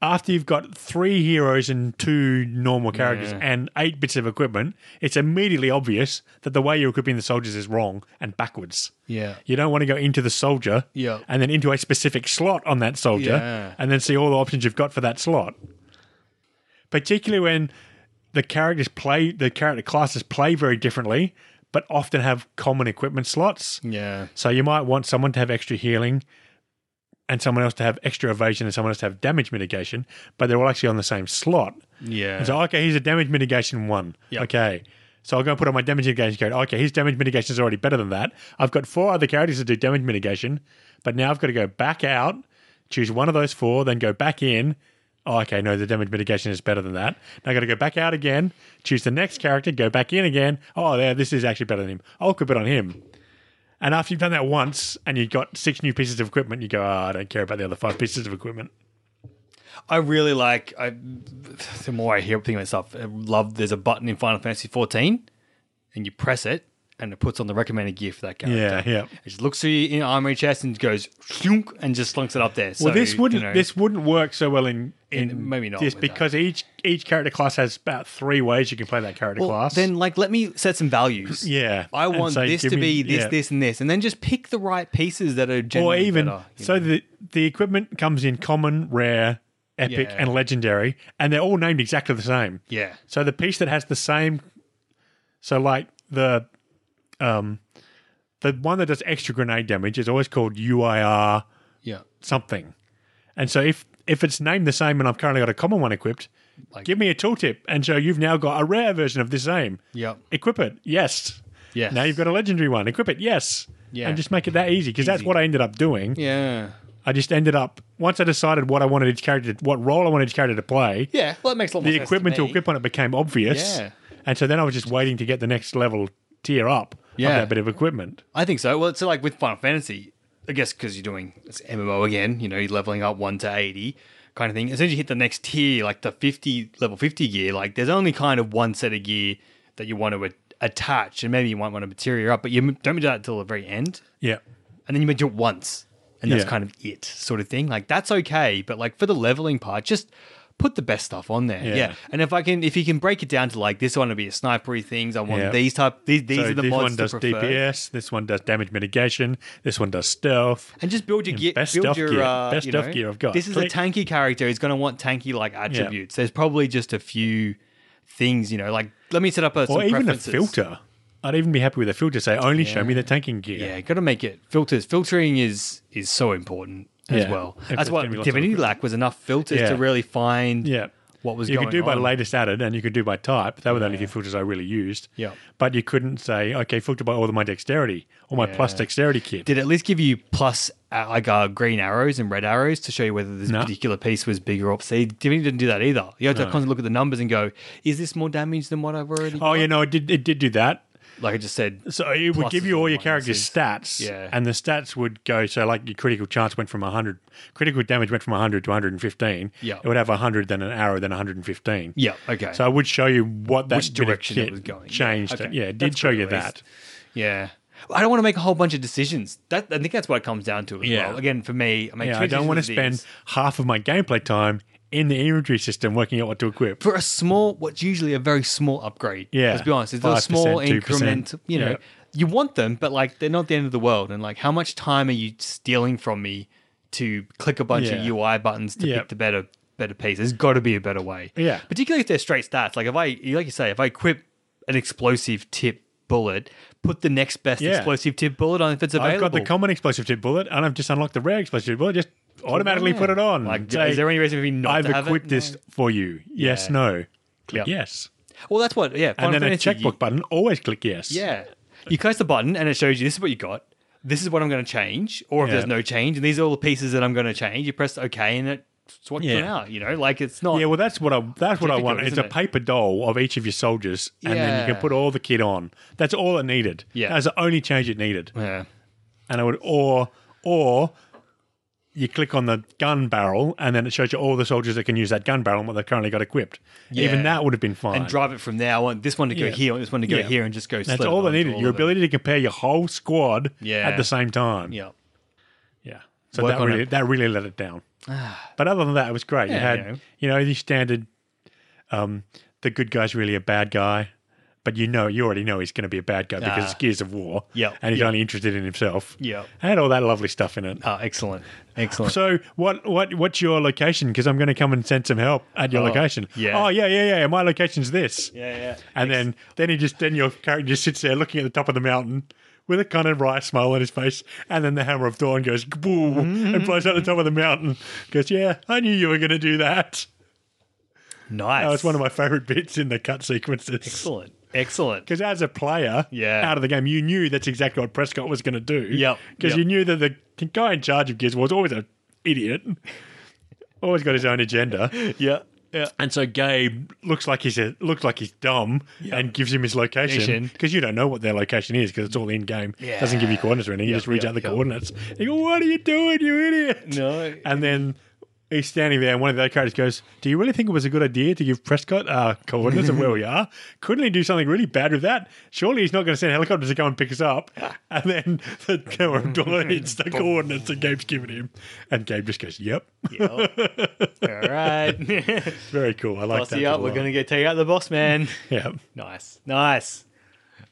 after you've got three heroes and two normal characters and eight bits of equipment, it's immediately obvious that the way you're equipping the soldiers is wrong and backwards. yeah, You don't want to go into the soldier Yeah. and then into a specific slot on that soldier Yeah. and then see all the options you've got for that slot. Particularly when the characters play, the character classes play very differently, but often have common equipment slots. yeah, So you might want someone to have extra healing and someone else to have extra evasion and someone else to have damage mitigation, but they're all actually on the same slot. yeah. And so, okay, he's a damage mitigation one. Yep. Okay. So I'll go and put on my damage mitigation character. Okay, his damage mitigation is already better than that. I've got four other characters that do damage mitigation, but now I've got to go back out, choose one of those four, then go back in. Oh, okay, no, the damage mitigation is better than that. Now I've got to go back out again, choose the next character, go back in again. Oh, there, this is actually better than him. I'll equip it on him. And after you've done that once and you've got six new pieces of equipment, you go, oh, I don't care about the other five pieces of equipment. I really like. I the more I hear things like stuff, I love. There's a button in Final Fantasy 14, and you press it, and it puts on the recommended gear for that character. Yeah, yeah. It just looks through your armory chest and goes "Shunk," and just slunks it up there. So, Well, this wouldn't you know, this wouldn't work so well in, in In- maybe not this with because each each character class has about three ways you can play that character well, class. Then like let me set some values. Yeah. I And want so this give to me- be this, yeah. this, and this, and then just pick the right pieces that are or generally even better, you so know. the the equipment comes in common, rare, epic, Yeah. and legendary, and they're all named exactly the same. yeah, So the piece that has the same, so like the, um, the one that does extra grenade damage is always called UIR yeah, something. And so if if it's named the same and I've currently got a common one equipped, Like- give me a tooltip and so you've now got a rare version of the same. Yep. Equip it. Yes. Yes. Now you've got a legendary one. Equip it. Yes. Yeah. And just make it that easy because that's Easy. what I ended up doing. yeah, I just ended up once I decided what I wanted each character, what role I wanted each character to play. yeah. Well, it makes a lot more The sense equipment to, me. equip on it became obvious. Yeah. And so then I was just waiting to get the next level tier up of Yeah. that bit of equipment. I think so. Well, it's like with Final Fantasy, I guess because you're doing it's MMO again. You know, you're leveling up one to eighty kind of thing. As soon as you hit the next tier, like the fifty level fifty gear, like there's only kind of one set of gear that you want to a- attach, and maybe you might want to material up, but you m- don't do that until the very end, Yeah. and then you do it once, and that's Yeah. kind of it, sort of thing. Like that's okay, but like for the leveling part, just put the best stuff on there. Yeah. Yeah. And if I can, if you can break it down to like this one to be a snipery things, I want Yeah. these type. These these So are the this mods one does to prefer. DPS. This one does damage mitigation. This one does stealth. And just build your gear. best build stuff your, gear. Uh, Best you stuff know, gear I've got. This is Click. a tanky character. He's going to want tanky like attributes. There's probably just a few things, you know, like let me set up a some or even a preferences. filter. I'd even be happy with a filter. Say only show me the tanking gear. Yeah, got to make it filters. Filtering is is so important as Yeah. well. If there's That's gonna what be lots of Divinity recruits. lacked was enough filters Yeah. to really find Yeah. what was You going could do by on. latest added, and you could do by type. That were the only few filters I really used. Yeah. But you couldn't say, okay, filter by all of my dexterity or my plus dexterity kit. Did it at least give you plus uh, like uh, green arrows and red arrows to show you whether this No. particular piece was bigger or see Divinity didn't do that either. You had to constantly look at the numbers and go, is this more damage than what I've already? oh, got? yeah, no, it did. It did do that. like I just said, So it would give Pluses you all and your character's stats, Yeah. and the stats would go. So like your critical chance went from hundred, critical damage went from hundred to one hundred and fifteen. Yeah. it would have hundred, then an arrow, then one hundred and fifteen. yeah, okay. So I would show you what that Which bit of direction it kit was going. Yeah, Changed it. okay. Yeah, it did That's show good you at least. that. Yeah. I don't want to make a whole bunch of decisions. That I think that's what it comes down to as Yeah. well. Again, for me, I make Yeah, two I don't decisions want to of spend these. half of my gameplay time in the inventory system working out what to equip. for a small what's usually a very small upgrade. Yeah. Let's be honest. It's a 5%, small 2%, increment, you know. yeah. You want them, but like they're not the end of the world. And like how much time are you stealing from me to click a bunch Yeah. of UI buttons to Yeah. pick the better better piece? There's gotta be a better way. Yeah. Particularly if they're straight stats. Like if I like you say, if I equip an explosive tip bullet, put the next best Yeah. explosive tip bullet on if it's available. I've got the common explosive tip bullet, and I've just unlocked the rare explosive bullet. Just automatically put it on. Like, Say, is there any reason for me not I've to have it? equipped this for you. Yes, Yeah. no. Click Yeah. yes. Well, that's what. Yeah, Final and then a Fantasy, you- checkbook button. Always click yes. Yeah, you press the button and it shows you this is what you got. This is what I'm going to change, or if Yeah. there's no change, and these are all the pieces that I'm going to change. You press OK and it swats them Yeah. out. You know, like it's not. Yeah, well, that's what I that's what I Difficult, want. It's isn't a it? paper doll of each of your soldiers, and then you Yeah. can put all the kit on. That's all it needed. Yeah. that's the only change it needed. Yeah. And I would or or you click on the gun barrel, and then it shows you all the soldiers that can use that gun barrel and what they've currently got equipped. Even Yeah. that would have been fine. And drive it from there. I want this one to go Yeah. here, I want this one to go Yeah. here, and just go. that's slid all they onto needed. all Your of it. ability to compare your whole squad Yeah. at the same time. Yeah. Yeah. So Work that on really, it. that really let it down. but other than that, it was great. you Yeah, had, you know. you know, the standard, um, the good guy's really a bad guy, but you know, you already know he's going to be a bad guy because Ah. it's Gears of War. Yep, And he's only interested in himself. Yep. I had all that lovely stuff in it. Ah, excellent. Excellent. So what what what's your location? Because I'm going to come and send some help at your Oh, location. yeah. Oh yeah yeah yeah. My location's this. yeah, yeah. And then then he just then your character just sits there looking at the top of the mountain with a kind of wry smile on his face, and then the hammer of dawn goes boom Mm-hmm. and blows out the top of the mountain. Goes, yeah, I knew you were going to do that. nice. That was one of my favorite bits in the cut sequences. excellent. Excellent. Because as a player, Yeah. out of the game, you knew that's exactly what Prescott was going to do. Yep, Because yep. you knew that the guy in charge of Gears was always an idiot, always got his own agenda. Yeah. Yeah. And so Gabe looks like he's a, looks like he's dumb and gives him his location Location. because you don't know what their location is because it's all in game. Yeah. Doesn't give you coordinates or anything. he just reads yeah, out the yeah. coordinates. You go, "What are you doing, you idiot?" No. And then he's standing there, and one of the other characters goes, "Do you really think it was a good idea to give Prescott uh, coordinates of where we are? Couldn't he do something really bad with that? Surely he's not going to send helicopters to come and pick us up." And then the camera deletes the coordinates that Gabe's given him, and Gabe just goes, "Yep, All right. very cool. I like Boss that." you up. We're going to get take out the boss man. yeah. Nice, nice.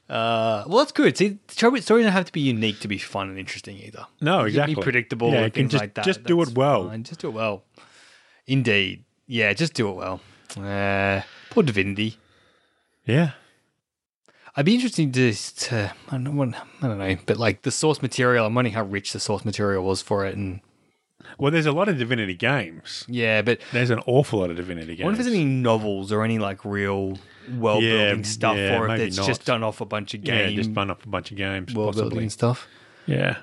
Uh, well, that's good. See, the trouble is stories don't have to be unique to be fun and interesting either. You No, can exactly. Be predictable. Yeah, and you can things just- like that. just do it That's well. fine. Just do it well. Indeed. Yeah, just do it well. Uh, poor Divinity. Yeah. I'd be interested to, to I don't know, what- I don't know, but like the source material. I'm wondering how rich the source material was for it, and Well, there's a lot of Divinity games. yeah, but There's an awful lot of Divinity games. I wonder if there's any novels or any like real world building stuff, yeah, or if maybe it's not. just done off a bunch of Yeah, game just spun up a bunch of games. world possibly. building Uh, hmm. stuff. Yeah.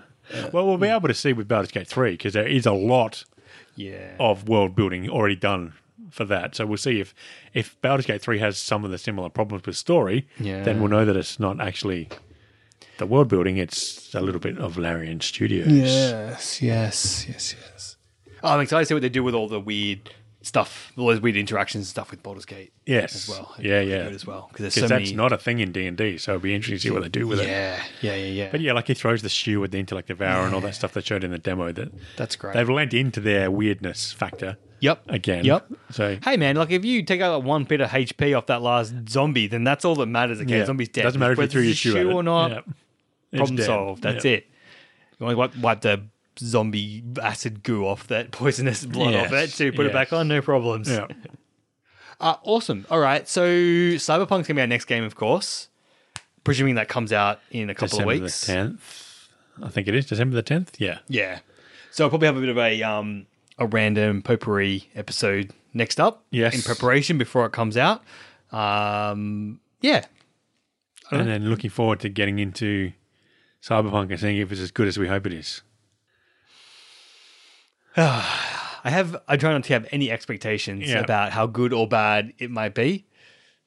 Well, we'll be able to see with Baldur's Gate 3 because there is a lot Yeah. of world building already done for that. So we'll see if, if Baldur's Gate 3 has some of the similar problems with story, Yeah. then we'll know that it's not actually the world building, it's a little bit of Larian Studios. Yes, yes, yes, yes. Oh, I'm excited to see what they do with all the weird stuff, all those weird interactions and stuff with Baldur's Gate. Yes. as well. It'd Yeah, be yeah. good as well because there's Because so that's many. not a thing in D&D, so it'll be interesting to see what they do with it. yeah, yeah, yeah, yeah. But yeah, like he throws the shoe at the intellect devourer and all that stuff they showed in the demo. That That's great. they've lent into their weirdness factor Yep. again. Yep. So Hey man, like if you take out like one bit of HP off that last zombie, then that's all that matters. Okay, yeah, zombie's dead. Doesn't matter if you Whether threw your it's a shoe, at it. or not. Yeah. It's Problem dead. solved. That's Yeah. it. You only wipe, wipe the zombie acid goo off that poisonous blood off it Yes, to put it back yes. on. No problems. Yeah. Uh, awesome. All right. So Cyberpunk's gonna be our next game, of course. Presuming that comes out in a couple December of the weeks. tenth. I think it is December the tenth. Yeah. Yeah. So I'll probably have a bit of a um a random potpourri episode next up. Yes. In preparation before it comes out. Um yeah. And then looking forward to getting into Cyberpunk and seeing if it's as good as we hope it is. I have I try not to have any expectations Yeah. about how good or bad it might be.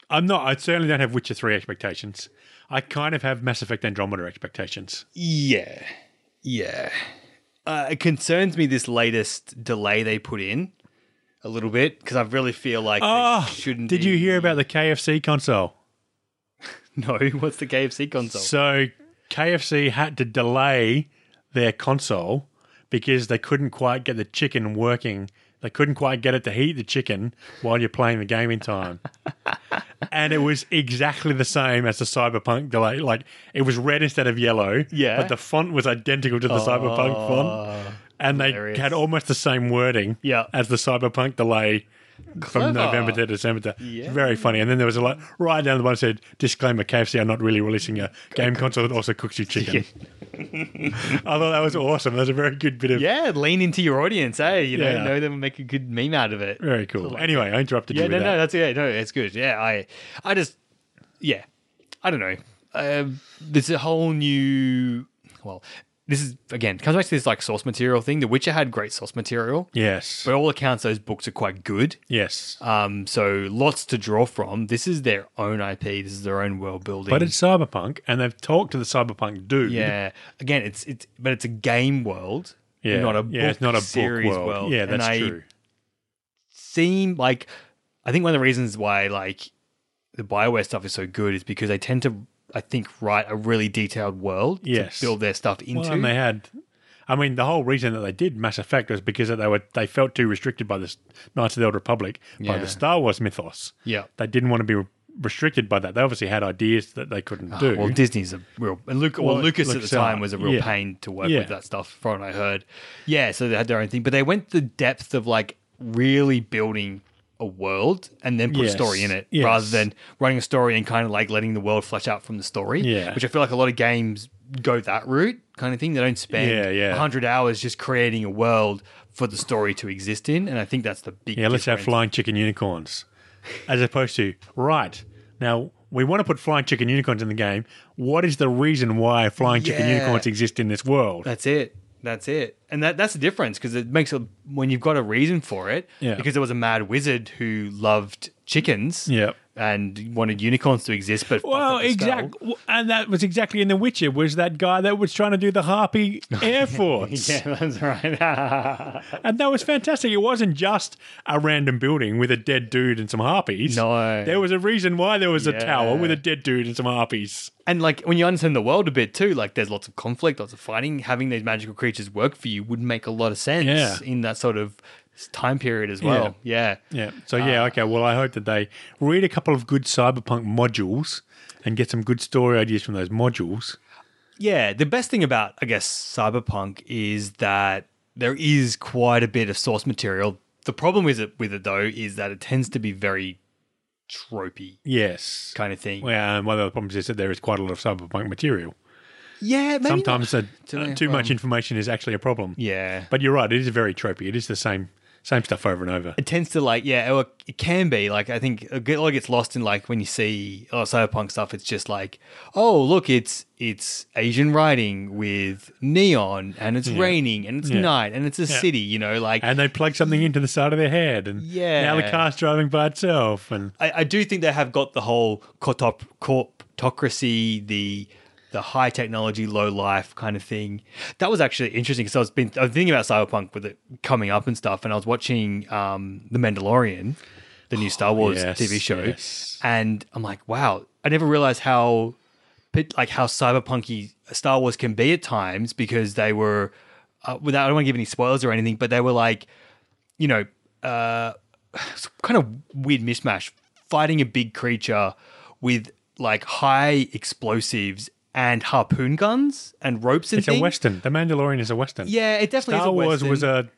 I'm not. I certainly don't have Witcher three expectations. I kind of have Mass Effect Andromeda expectations. Yeah. Yeah. Uh, it concerns me this latest delay they put in a little bit because I really feel like Oh, they shouldn't Did be- you hear about the KFC console? No, what's the KFC console? So KFC had to delay their console because they couldn't quite get the chicken working. They couldn't quite get it to heat the chicken while you're playing the game in time. and it was exactly the same as the Cyberpunk delay. Like it was red instead of yellow. Yeah. Oh, But the font was identical to the Cyberpunk font. And they hilarious. had almost the same wording Yeah. as the Cyberpunk delay Clever. from November to December. To, Yeah. Very funny. And then there was a lot right down the bottom said disclaimer: KFC are not really releasing a game console that also cooks you chicken. I thought that was awesome. That was a very good bit of Yeah, lean into your audience, eh? You know, Yeah. know them and make a good meme out of it. very cool. Anyway, I interrupted Yeah, you. no, with no, that. that's yeah, no, it's good. Yeah, I, I just, yeah, I don't know. Um, there's a whole new, well, this is again comes back to this like source material thing. The Witcher had great source material. Yes, By all accounts, those books are quite good. yes, Um, so lots to draw from. This is their own IP. This is their own world building. but it's cyberpunk, and they've talked to the cyberpunk dude. yeah, again, it's it's but it's a game world, yeah, not a book yeah, it's not a book series world. world. Yeah, And that's I- true. seem like I think one of the reasons why like the Bioware stuff is so good is because they tend to I think write a really detailed world Yes. to build their stuff into. Well, and they had. I mean, the whole reason that they did Mass Effect was because they were they felt too restricted by this Knights of the Old Republic by Yeah. the Star Wars mythos. yeah. They didn't want to be re- restricted by that. They obviously had ideas that they couldn't do. Ah, Well, Disney's a real and Luke well, Well, Lucas at the Lucas time art, was a real yeah. pain to work Yeah. with that stuff from what I heard. Yeah, so they had their own thing, but they went the depth of like really building a world and then put Yes. a story in it Yes. rather than running a story and kind of like letting the world flesh out from the story. Yeah. which I feel like a lot of games go that route kind of thing. They don't spend Yeah, yeah. 100 hours just creating a world for the story to exist in, and I think that's the big Yeah, let's have difference. flying chicken unicorns. As opposed to, right, now we want to put flying chicken unicorns in the game. What is the reason why flying chicken Yeah. unicorns exist in this world? That's it. That's it. And that that's the difference because it makes a when you've got a reason for it. Yeah. Because there was a mad wizard who loved chickens. Yep. And wanted unicorns to exist, but fucked Well, up the spell. exactly. And that was exactly in The Witcher, was that guy that was trying to do the Harpy Air Force. Yeah, that's right. And that was fantastic. It wasn't just a random building with a dead dude and some harpies. No. There was a reason why there was a Yeah. tower with a dead dude and some harpies. and like when you understand the world a bit too, like there's lots of conflict, lots of fighting. Having these magical creatures work for you would make a lot of sense Yeah. in that sort of time period as well. Yeah. Yeah. So Uh, yeah, okay. Well, I hope that they read a couple of good cyberpunk modules and get some good story ideas from those modules. Yeah, the best thing about, I guess, Cyberpunk is that there is quite a bit of source material. The problem with it, with it though, is that it tends to be very tropey Yes. kind of thing. Well, and one of the problems is that there is quite a lot of cyberpunk material. yeah, maybe Sometimes that Too many uh, too much problems. information is actually a problem. not. yeah, But you're right. It is very tropey. It is the same same stuff over and over. it tends to like yeah, or it can be like I think it get- a lot gets lost in like when you see a lot of cyberpunk stuff. It's just like oh look, it's it's Asian writing with neon and it's raining and it's Yeah. night and it's a city. You know, like And they plug something into the side of their head, and now the Yeah. car's driving by itself, and I, I do think they have got the whole cortop, corptocracy, the the high technology, low life kind of thing. That was actually interesting because I was been I was thinking about cyberpunk with it coming up and stuff, and I was watching um, the Mandalorian, the new Star Wars Oh, yes, TV show, yes. and I'm like, wow, I never realized how bit like how cyberpunky Star Wars can be at times because they were uh, without I don't want to give any spoilers or anything, but they were like, you know, uh, it's kind of weird mishmash fighting a big creature with like high explosives and harpoon guns and ropes and It's things. a western. The Mandalorian is a western. Yeah, it definitely Star is a Wars western. was a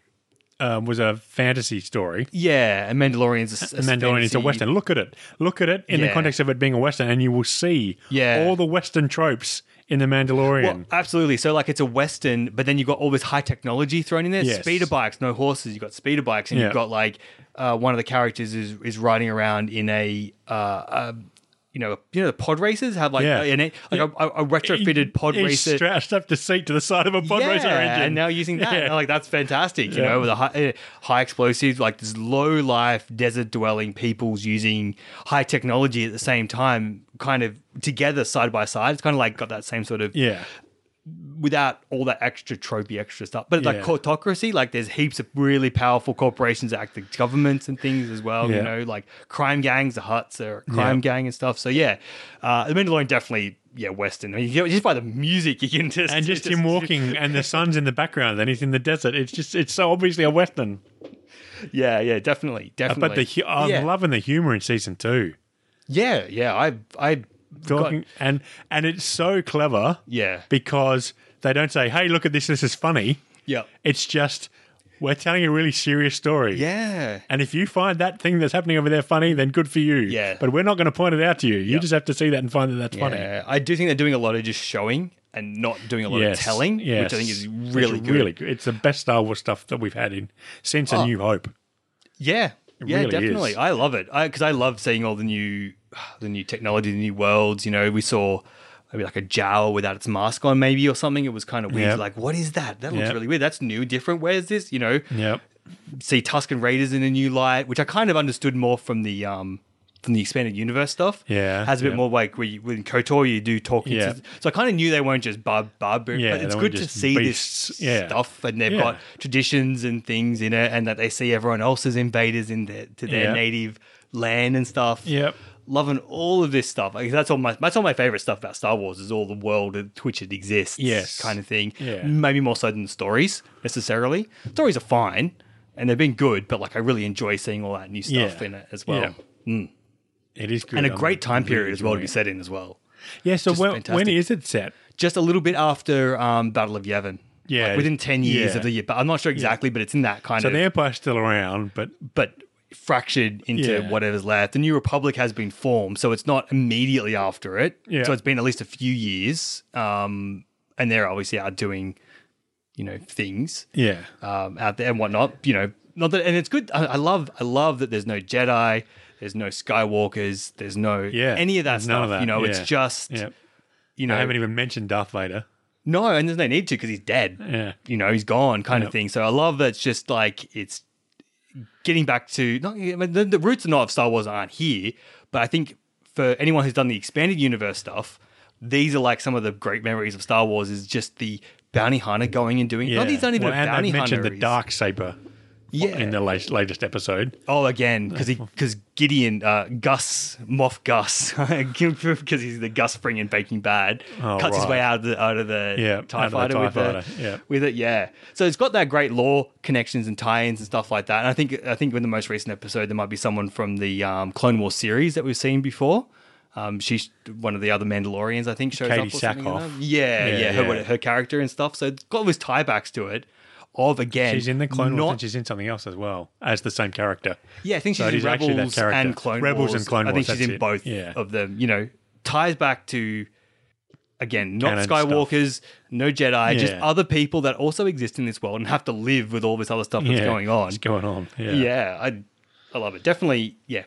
um, was a fantasy story. yeah, and Mandalorian's a, The Mandalorian is fantasy- a western. Look at it. Look at it in Yeah. the context of it being a western, and you will see Yeah. all the western tropes in the Mandalorian. Well, absolutely. So like it's a western, but then you've got all this high technology thrown in there. Yes. Speeder bikes, no horses. You've got speeder bikes, and Yeah. you've got like uh, one of the characters is is riding around in a. Uh, um, you know, you know the pod racers have like, Yeah. an, e, like a, a retrofitted pod He- he racer. strapped up the seat to the side of a pod racer engine. And now using that, Yeah. and I'm like that's fantastic. You Yeah. know, with a high, eh, high explosives, like this low life desert dwelling peoples using high technology at the same time, kind of together side by side. It's kind of like got that same sort of yeah, without all that extra tropey extra stuff. But like Yeah. cortocracy, like there's heaps of really powerful corporations that act like governments and things as well. Yeah. You know, like crime gangs, the Huts are a crime Yeah. gang and stuff. So yeah, uh, the Mandalorian definitely. Yeah, Western. I mean, you- just by the music, you can just and just him walking, and the sun's in the background, and he's in the desert. It's just it's so obviously a western. Yeah, yeah, definitely, definitely. But the hu- I'm yeah. loving the humor in season two. yeah, yeah. I, I, Talking and and it's so clever. Yeah. because they don't say, "Hey, look at this. This is funny." yeah, It's just we're telling a really serious story. yeah. And if you find that thing that's happening over there funny, then good for you. Yeah. But we're not going to point it out to you. You just have to see that and find that that's funny. Yeah, I do think they're doing a lot of just showing and not doing a lot Yes. of telling, Yes. which I think is It's really good. Oh. Really good. It's the best Star Wars stuff that we've had in since A New Hope. Yeah, yeah, really definitely. is. I love it because I, love seeing all the new, the new technology, the new worlds. You know, we saw maybe like a jowl without its mask on, maybe or something. It was kind of weird. Yep. Like, what is that? That looks Yep. really weird. That's new, different. Where's this? You know, Yep. see Tuscan Raiders in a new light, which I kind of understood more from the um from the expanded universe stuff. Yeah, has a bit yeah. more like where you, in Kotor you do talking. Yeah. to... So I kind of knew they weren't just bar barbar. Yeah, but it's they good weren't to just see this beasts. Yeah. stuff, and they've Yeah. got traditions and things in it, and that they see everyone else as invaders in their to their Yeah. native land and stuff. Yep. Loving all of this stuff. Like, that's all my that's all my favorite stuff about Star Wars is all the world in which it exists. Yes. kind of thing. Yeah. Maybe more so than the stories necessarily. Stories are fine and they've been good, but like I really enjoy seeing all that new stuff Yeah. in it as well. Yeah. It is good. And a I'm great time really period as well to be enjoying set in as well. it. Yeah. So Just when, fantastic. when is it set? Just a little bit after um, Battle of Yavin. Yeah. Like, within 10 years Yeah. of the year. But I'm not sure exactly, but it's in that kind So of the Empire's still around, but but fractured into Yeah. whatever's left. The New Republic has been formed, so it's not immediately after it. Yeah. So it's been at least a few years. Um, and they're obviously out doing, you know, things yeah. um, out there and whatnot. You know, not that, and it's good. I, I love, I love that there's no Jedi, there's no Skywalkers, there's no Yeah. any of that There's none stuff. of that, You know, it's yeah. just Yep. you I know, haven't even mentioned Darth Vader. no, and there's no need to because he's dead. Yeah. You know, he's gone, kind Yep. of thing. So I love that it's just like it's getting back to not I mean, the, the roots not of Star Wars aren't here, but I think for anyone who's done the expanded universe stuff, these are like some of the great memories of Star Wars. Is just the bounty hunter going and doing. Yeah. Not that he's not even well, a and bounty they mentioned hunter. the he's- dark saber Yeah. in the late, latest episode. Oh, again, because he because Gideon uh, Gus Moff Gus because he's the Gus Spring in Baking Bad Oh, cuts his right. way out of the out of the Yeah, Tie out of the Fighter, TIE with, Fighter, The, yeah. with it. Yeah, so it's got that great lore connections and tie-ins and stuff like that. And I think I think in the most recent episode there might be someone from the um, Clone Wars series that we've seen before. Um, she's one of the other Mandalorians, I think, shows Katie up. Or something in Sackhoff. them. Yeah, Yeah, yeah, her, yeah. what- her character and stuff. So it's got all these tie-backs to it. Of again, She's in the Clone Wars not and she's in something else as well as the same character. yeah, I think So she's it in is actually that Rebels character. and Clone Rebels Wars. and Clone I think Wars, she's that's in it. both Yeah. of them. You know, ties back to again not Canon Skywalkers, no Jedi, just Yeah. other people that also exist in this world and have to live with all this other stuff that's Yeah, going on. It's going on. Yeah. Yeah, I, I love it. Definitely, yeah.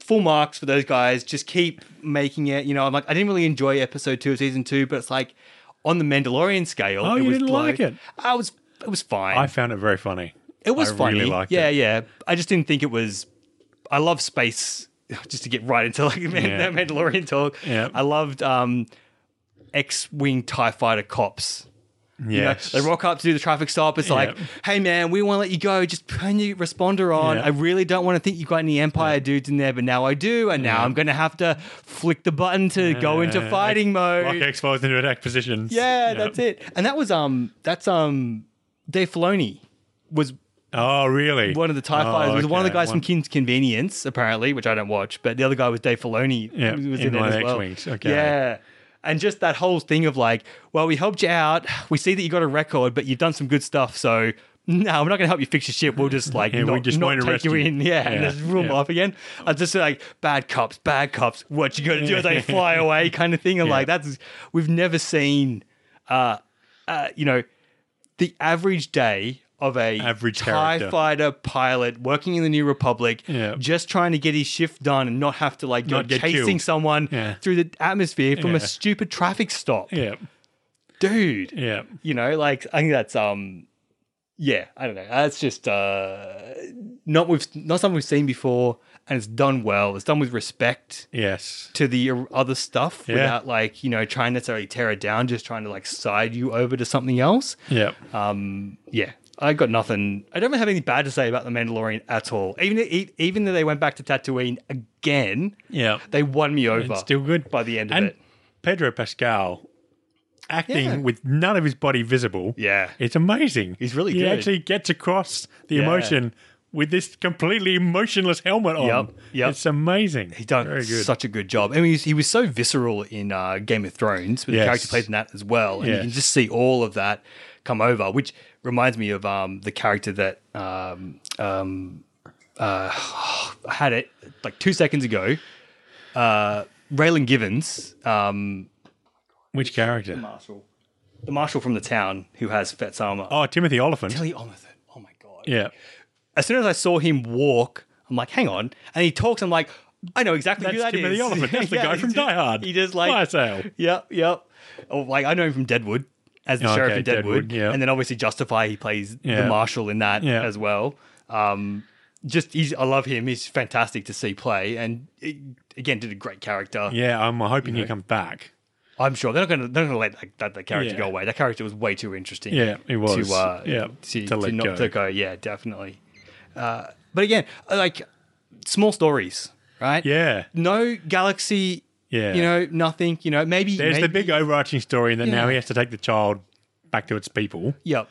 Full marks for those guys. Just keep making it. You know, I'm like, I didn't really enjoy episode two of season two, but it's like on the Mandalorian scale. Oh, it you was didn't like it? I was, it was fine. I found it very funny. It was I funny. Really liked yeah, it. yeah. I just didn't think it was. I love space. Just to get right into like Man- Yeah. that Mandalorian talk. Yeah. I loved um, X-wing Tie Fighter cops. You know, Yes. they rock up to do the traffic stop. It's like, Yeah. hey man, we want to let you go. Just turn your responder on. Yeah. I really don't want to think you've got any Empire dudes in there, but now I do, and now I'm going to have to flick the button to go into Uh, fighting mode. Like X Files into attack positions. Yeah, that's it. And that was um that's um Dave Filoni was Oh, really? One of the TIE Oh, fighters was one of the okay. guys One- from Kim's Convenience, apparently, which I don't watch, but the other guy was Dave Filoni. Yeah, who was in in, it one of as the well. X-Wings, okay. Yeah. And just that whole thing of like, well, we helped you out. We see that you got a record, but you've done some good stuff. So, no, we're not going to help you fix your ship. We'll just like, Yeah, we not, just not wanted to take you rescue you. in. Yeah. And Yeah, just rule 'em yeah. off again. I just like, bad cops, bad cops. What you going to do as they fly away kind of thing. And like, that's, we've never seen, uh, uh, you know, the average day of a Average TIE character. fighter pilot working in the New Republic, Yeah. just trying to get his shift done and not have to like go Not get chasing killed. someone Yeah. through the atmosphere from Yeah. a stupid traffic stop. Yeah, Dude. yeah. You know, like I think that's um yeah, I don't know. That's just uh not we've not something we've seen before and it's done well. It's done with respect Yes. to the other stuff Yeah. without like, you know, trying to necessarily tear it down, just trying to like side you over to something else. Yeah. Um, yeah, I got nothing. I don't have anything bad to say about the Mandalorian at all. Even e- even though they went back to Tatooine again, Yeah. they won me over. It's still good. by the end of and it. Pedro Pascal acting Yeah. with none of his body visible. Yeah, It's amazing. He's really he good. actually gets across the Yeah. emotion with this completely emotionless helmet on. Yep, yep. It's amazing. he done Very good. such a good job. I mean, he's- he was so visceral in uh, Game of Thrones with the Yes. character plays in that as well, and you Yes. can just see all of that come over. Which reminds me of um, the character that um, um, uh, I had it like two seconds ago. Uh, Raylan Givens, um, Which character? marshal, the marshal from the town who has Fett's armor. Oh, Timothy Oliphant. Billy Omerthon. Oh my god! yeah. As soon as I saw him walk, I'm like, hang on, and he talks. I'm like, I know exactly who That's that is. Timothy Oliphant. That's the Yeah, guy he from just- Die Hard. He just like, Fire Sale. yep, yep. Or like I know him from Deadwood as the Oh, sheriff okay, in Deadwood, Deadwood, yeah. and then obviously Justify. He plays the Yeah. marshal in that Yeah. as well. Um, just he's, I love him. He's fantastic to see play, and it, again, did a great character. Yeah, I'm hoping he comes back. I'm sure they're not going to they're not going to let that, that, that character Yeah. go away. That character was way too interesting. Yeah, he was. to uh, yeah, to, to to let not go. to go. Yeah, definitely. Uh, but again, like small stories, right? yeah, No galaxy. Yeah. You know nothing. You know maybe there's maybe, the big overarching story in that now Yeah. he has to take the child back to its people, Yep.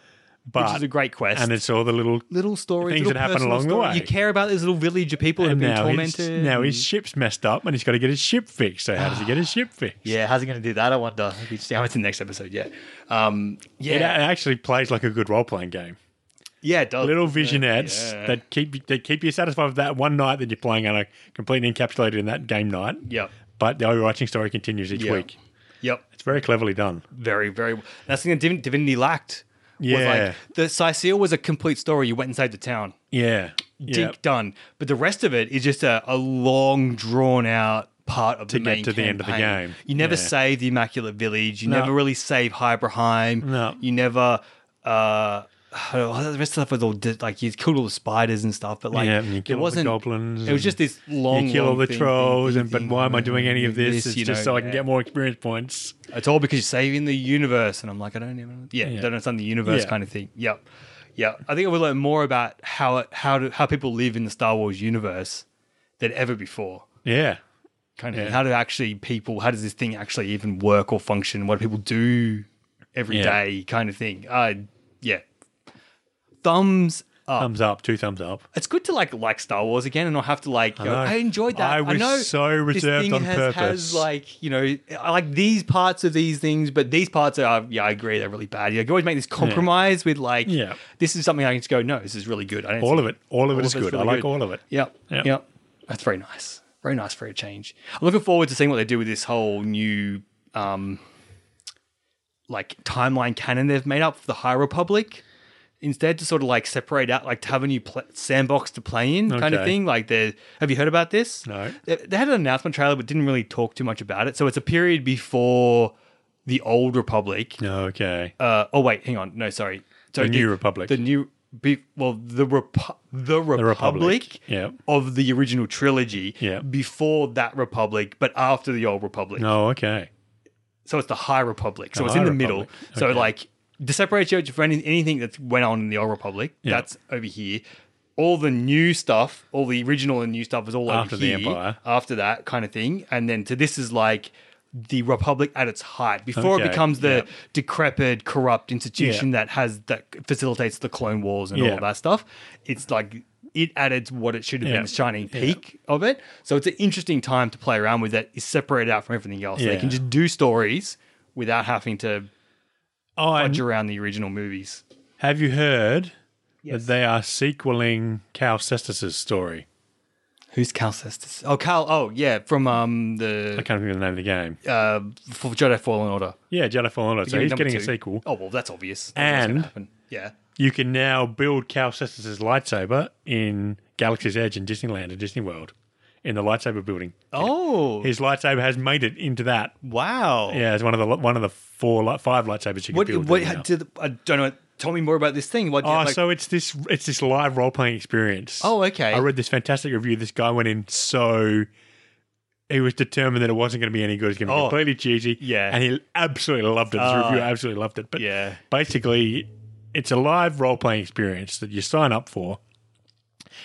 but which is a great quest. and it's all the little little stories, things little that happen personal along the story. way. You care about this little village of people and who've been now his, tormented. now his ship's messed up and he's got to get his ship fixed. So how does he get his ship fixed? yeah, how's he going to do that? I wonder. I think it's down to the next episode. Yeah. Um, It, yeah. it actually plays like a good role playing game. yeah. It does. Little visionettes Yeah. that keep that keep you satisfied with that one night that you're playing and are completely encapsulated in that game night. Yep. But the overarching story continues each Yeah. week. Yep. It's very cleverly done. very, very. That's the thing that Divin- Divinity lacked. Yeah. Was like, the Sicil was a complete story. You went inside the town, Yeah. Yeah. dink done. But the rest of it is just a, a long, drawn out part of to the get main to the end of the campaign. game. You never Yeah. save the Immaculate Village. You No. never really save Hyberheim. No. You never. Uh, I don't know, the rest of the stuff was all di- like you killed all the spiders and stuff, but like Yeah, and you it kill all the wasn't goblins It was and just this long. you kill all long the thing, thing, trolls, thing, and but thing, why am I doing any of this? it's mm, you just know, so I can yeah. get more experience points. It's all because you're saving the universe. And I'm like, I don't even yeah, Yeah. don't understand the universe Yeah. kind of thing. Yep. Yeah. I think I would learn more about how it, how do, how people live in the Star Wars universe than ever before. Yeah. Kind of Yeah. thing. how do actually people how does this thing actually even work or function? What do people do every day? Yeah. kind of thing. Uh yeah. Thumbs up. Thumbs up, two thumbs up. it's good to like like Star Wars again and not have to like. you know, know. I enjoyed that. I was know so this reserved thing on has, Has purpose. like you know, I like these parts of these things, but these parts are yeah, I agree they're really bad. You can always make this compromise with like, Yeah. this is something I can just go, no, this is really good. I don't All of it. All of it All is of it's good. really I like good. all of it. Yep. Yep. Yep. That's very nice. Very nice for a change. I'm looking forward to seeing what they do with this whole new um like timeline canon they've made up for the High Republic. Instead, to sort of like separate out, like to have a new pl- sandbox to play in, kind of Okay. thing. Like, they have you heard about this? No. They, they had an announcement trailer, but didn't really talk too much about it. So it's a period before the Old Republic. Okay. Uh, oh wait, hang on. No, sorry. So The New Republic. The new be, well, the Repu- the Republic, Republic, yeah. of the original trilogy Yeah. before that Republic, but after the old Republic. No, Oh, okay. So it's the High Republic. So The it's in High the middle. Republic, So okay. like to separate you from any, anything that went on in the old Republic, Yeah. that's over here. All the new stuff, all the original and new stuff is all After over the here, Empire. After that kind of thing. And then to this is like the Republic at its height before Okay, it becomes the yeah. decrepit, corrupt institution that has that facilitates the Clone Wars and all Yeah. of that stuff. It's like it added what it should have Yeah. been the shining peak of it. So it's an interesting time to play around with that. Is separated out from everything else. So Yeah. they can just do stories without having to Oh, and fudge around the original movies. have you heard that they are sequeling Cal Cestis's story? Who's Cal Cestis? Oh, Cal. Oh, yeah, from um I the can't remember the name of the game. uh, for Jedi Fallen Order. Yeah, Jedi Fallen Order. So he's Number getting a two. sequel. Oh well, that's obvious. That's what's And- gonna happen. yeah, You can now build Cal Cestis's lightsaber in Galaxy's Edge in Disneyland and Disney World in the lightsaber building. oh His lightsaber has made it into that. wow. Yeah, it's one of the one of the four li- five lightsabers you can What? build. there now. What? Did, I don't know. Tell me more about this thing. What? Oh, so it's this it's this live role playing experience. Oh, okay. I read this fantastic review. This guy went in so he was determined that it wasn't going to be any good. It's going to be Oh. completely cheesy. Yeah. Oh, and he absolutely loved it. This reviewer absolutely loved it. But yeah. basically, it's a live role playing experience that you sign up for.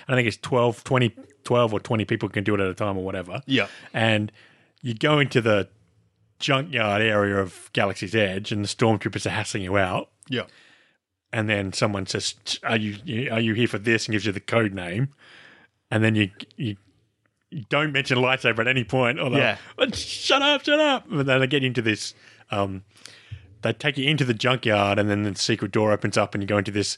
I think it's 12, 20, 12 or twenty people can do it at a time or whatever. Yeah. and you go into the junkyard area of Galaxy's Edge, and the stormtroopers are hassling you out yeah. and then someone says, "Are you are you here for this?" and gives you the code name, and then you you, you don't mention lightsaber at any point. Or they'll, Yeah. "Oh, shut up, shut up. And then they get into this. Um, they take you into the junkyard, and then the secret door opens up, and you go into this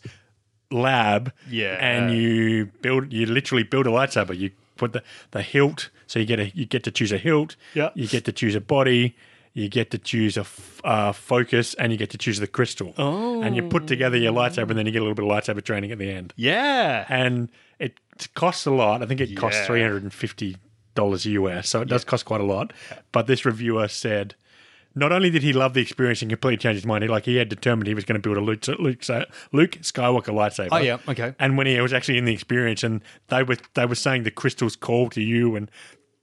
lab. Yeah. and you build you literally build a lightsaber. You put the the hilt, so you get a you get to choose a hilt. Yeah. you get to choose a body. You get to choose a f- uh, focus, and you get to choose the crystal. Oh, and you put together your lightsaber, and then you get a little bit of lightsaber training at the end. Yeah. And it costs a lot. I think it costs Yeah. three hundred and fifty dollars US, so it does cost quite a lot. But this reviewer said. Not only did he love the experience and completely change his mind, he, like he had determined he was going to build a Luke, Luke, Luke Skywalker lightsaber Oh yeah. Okay. and when he was actually in the experience and they were they were saying the crystals call to you and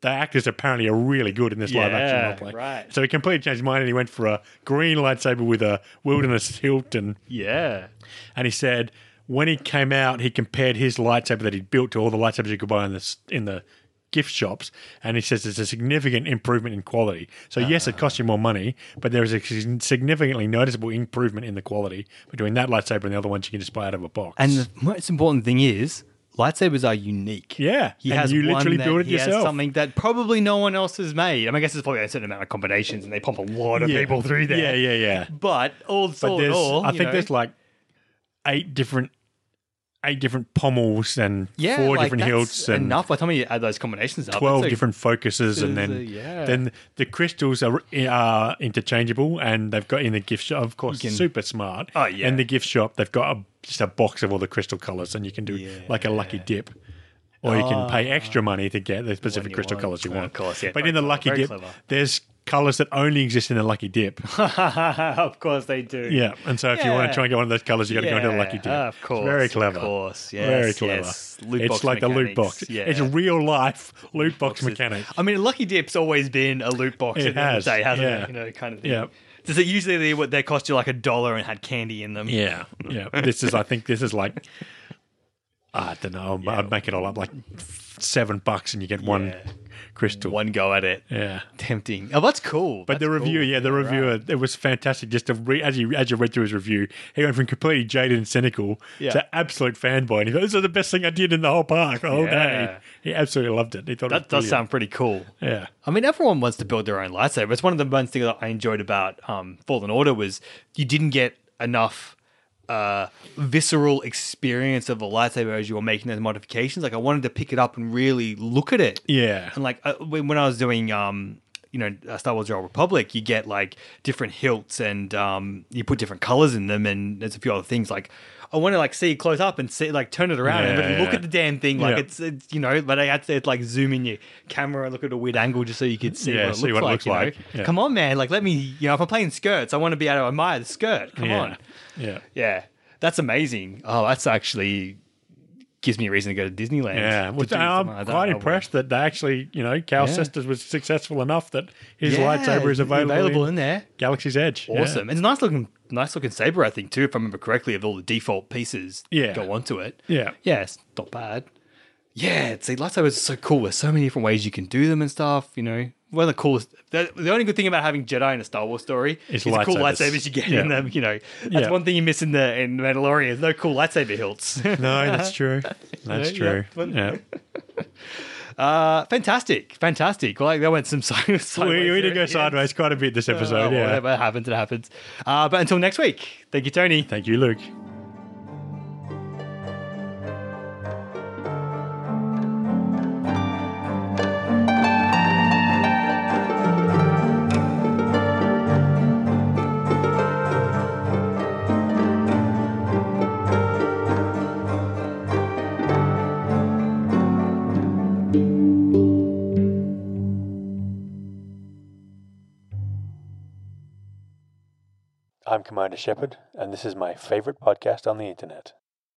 the actors apparently are really good in this live action Yeah, role play. right. So he completely changed his mind and he went for a green lightsaber with a wilderness hilt and Yeah. and he said when he came out he compared his lightsaber that he'd built to all the lightsabers you could buy in the s- in the gift shops and he says there's a significant improvement in quality. So yes it costs you more money, but there is a sig- significantly noticeable improvement in the quality between that lightsaber and the other ones you can just buy out of a box. And the most important thing is lightsabers are unique. Yeah, He and has you one literally that build it he has yourself. something that probably no one else has made. I mean, I guess there's probably a certain amount of combinations, and they pump a lot of Yeah. people through there. Yeah, yeah, yeah. But all, But all in there's, all, I you think know, there's like eight different, eight different pommels and yeah, four like, different that's hilts and enough. By the time you add those combinations up, twelve that's a- different focuses, and then Focuses, uh, yeah. then the crystals are are interchangeable, and they've got in the gift shop, of course, You can- super smart. Oh, yeah. In the gift shop, they've got a, just a box of all the crystal colors, and you can do like a lucky dip. Or you can pay extra money to get the specific Ah. you crystal want. colors you Of want. course, yeah, But very in the clever, lucky very dip, clever. there's colors that only exist in the lucky dip. of course they do. Yeah, and so if you want to Yeah. try and get one of those colors, you got to go into the Yeah, lucky dip. Of It's course, very clever. Of course, yes, very clever. yes. Loot it's box like the loot mechanics, box. Yeah. It's real life loot box mechanic. I mean, Lucky Dip's always been a loot box It at the end has, of the day, hasn't yeah. it? You know, kind of thing. Yeah. Does it usually they, what they cost you like a dollar and had candy in them? Yeah, yeah. this is, I think, this is like, I don't know. I'd make it all up like seven bucks, and you get one Yeah. crystal. One go at it. Yeah. Tempting. Oh, that's cool. But the reviewer, yeah, the reviewer, it was fantastic. Just to re- as you as you read through his review, he went from completely jaded and cynical Yeah. to absolute fanboy. And he thought, "This is the best thing I did in the whole park, the whole day." Yeah. He absolutely loved it. He thought that it was does sound pretty cool. brilliant. yeah. I mean, everyone wants to build their own lightsaber. It's one of the ones things that I enjoyed about um, Fallen Order was you didn't get enough uh, visceral experience of the lightsaber as you were making those modifications. Like I wanted to pick it up and really look at it. Yeah. And like I, when, when I was doing, um, you know, uh, Star Wars: The Old Republic, you get like different hilts and um, you put different colors in them, and there's a few other things. Like I want to like see it close up and see like turn it around Yeah. and look at the damn thing. Like Yeah. it's, it's you know, but I had to like zoom in your camera and look at a weird angle just so you could see Yeah, what it see looks what it like. looks you know? like. Yeah. Come on, man! Like let me, you know, if I'm playing skirts, I want to be able to admire the skirt. Come yeah. on, Yeah. yeah, that's amazing. Oh, that's actually gives me a reason to go to Disneyland. Yeah, to which do I'm something like that. I quite would. impressed that they actually, you know, Cal Yeah. Sisters was successful enough that his Yeah, lightsaber is it's available, in, in there. Galaxy's Edge. Yeah. Awesome. It's a nice looking, nice looking saber, I think, too, if I remember correctly, of all the default pieces Yeah. go onto it. Yeah. Yeah, it's not bad. yeah, see, lightsabers are so cool. There's so many different ways you can do them and stuff. You know, one of the coolest. The, the only good thing about having Jedi in a Star Wars story Is is the cool lightsabers. lightsabers you get Yeah. in them. You know, that's Yeah. one thing you miss in the in The Mandalorian. No cool lightsaber hilts. No, that's true. That's Yeah, true. fun. Yeah. uh, fantastic, fantastic. Like that went some side. We, sideways we there did go at the end. sideways quite a bit this Oh, episode. yeah. Whatever happens, it happens. Uh, but until next week, thank you, Tony. Thank you, Luke. I'm Commander Shepard, and this is my favorite podcast on the internet.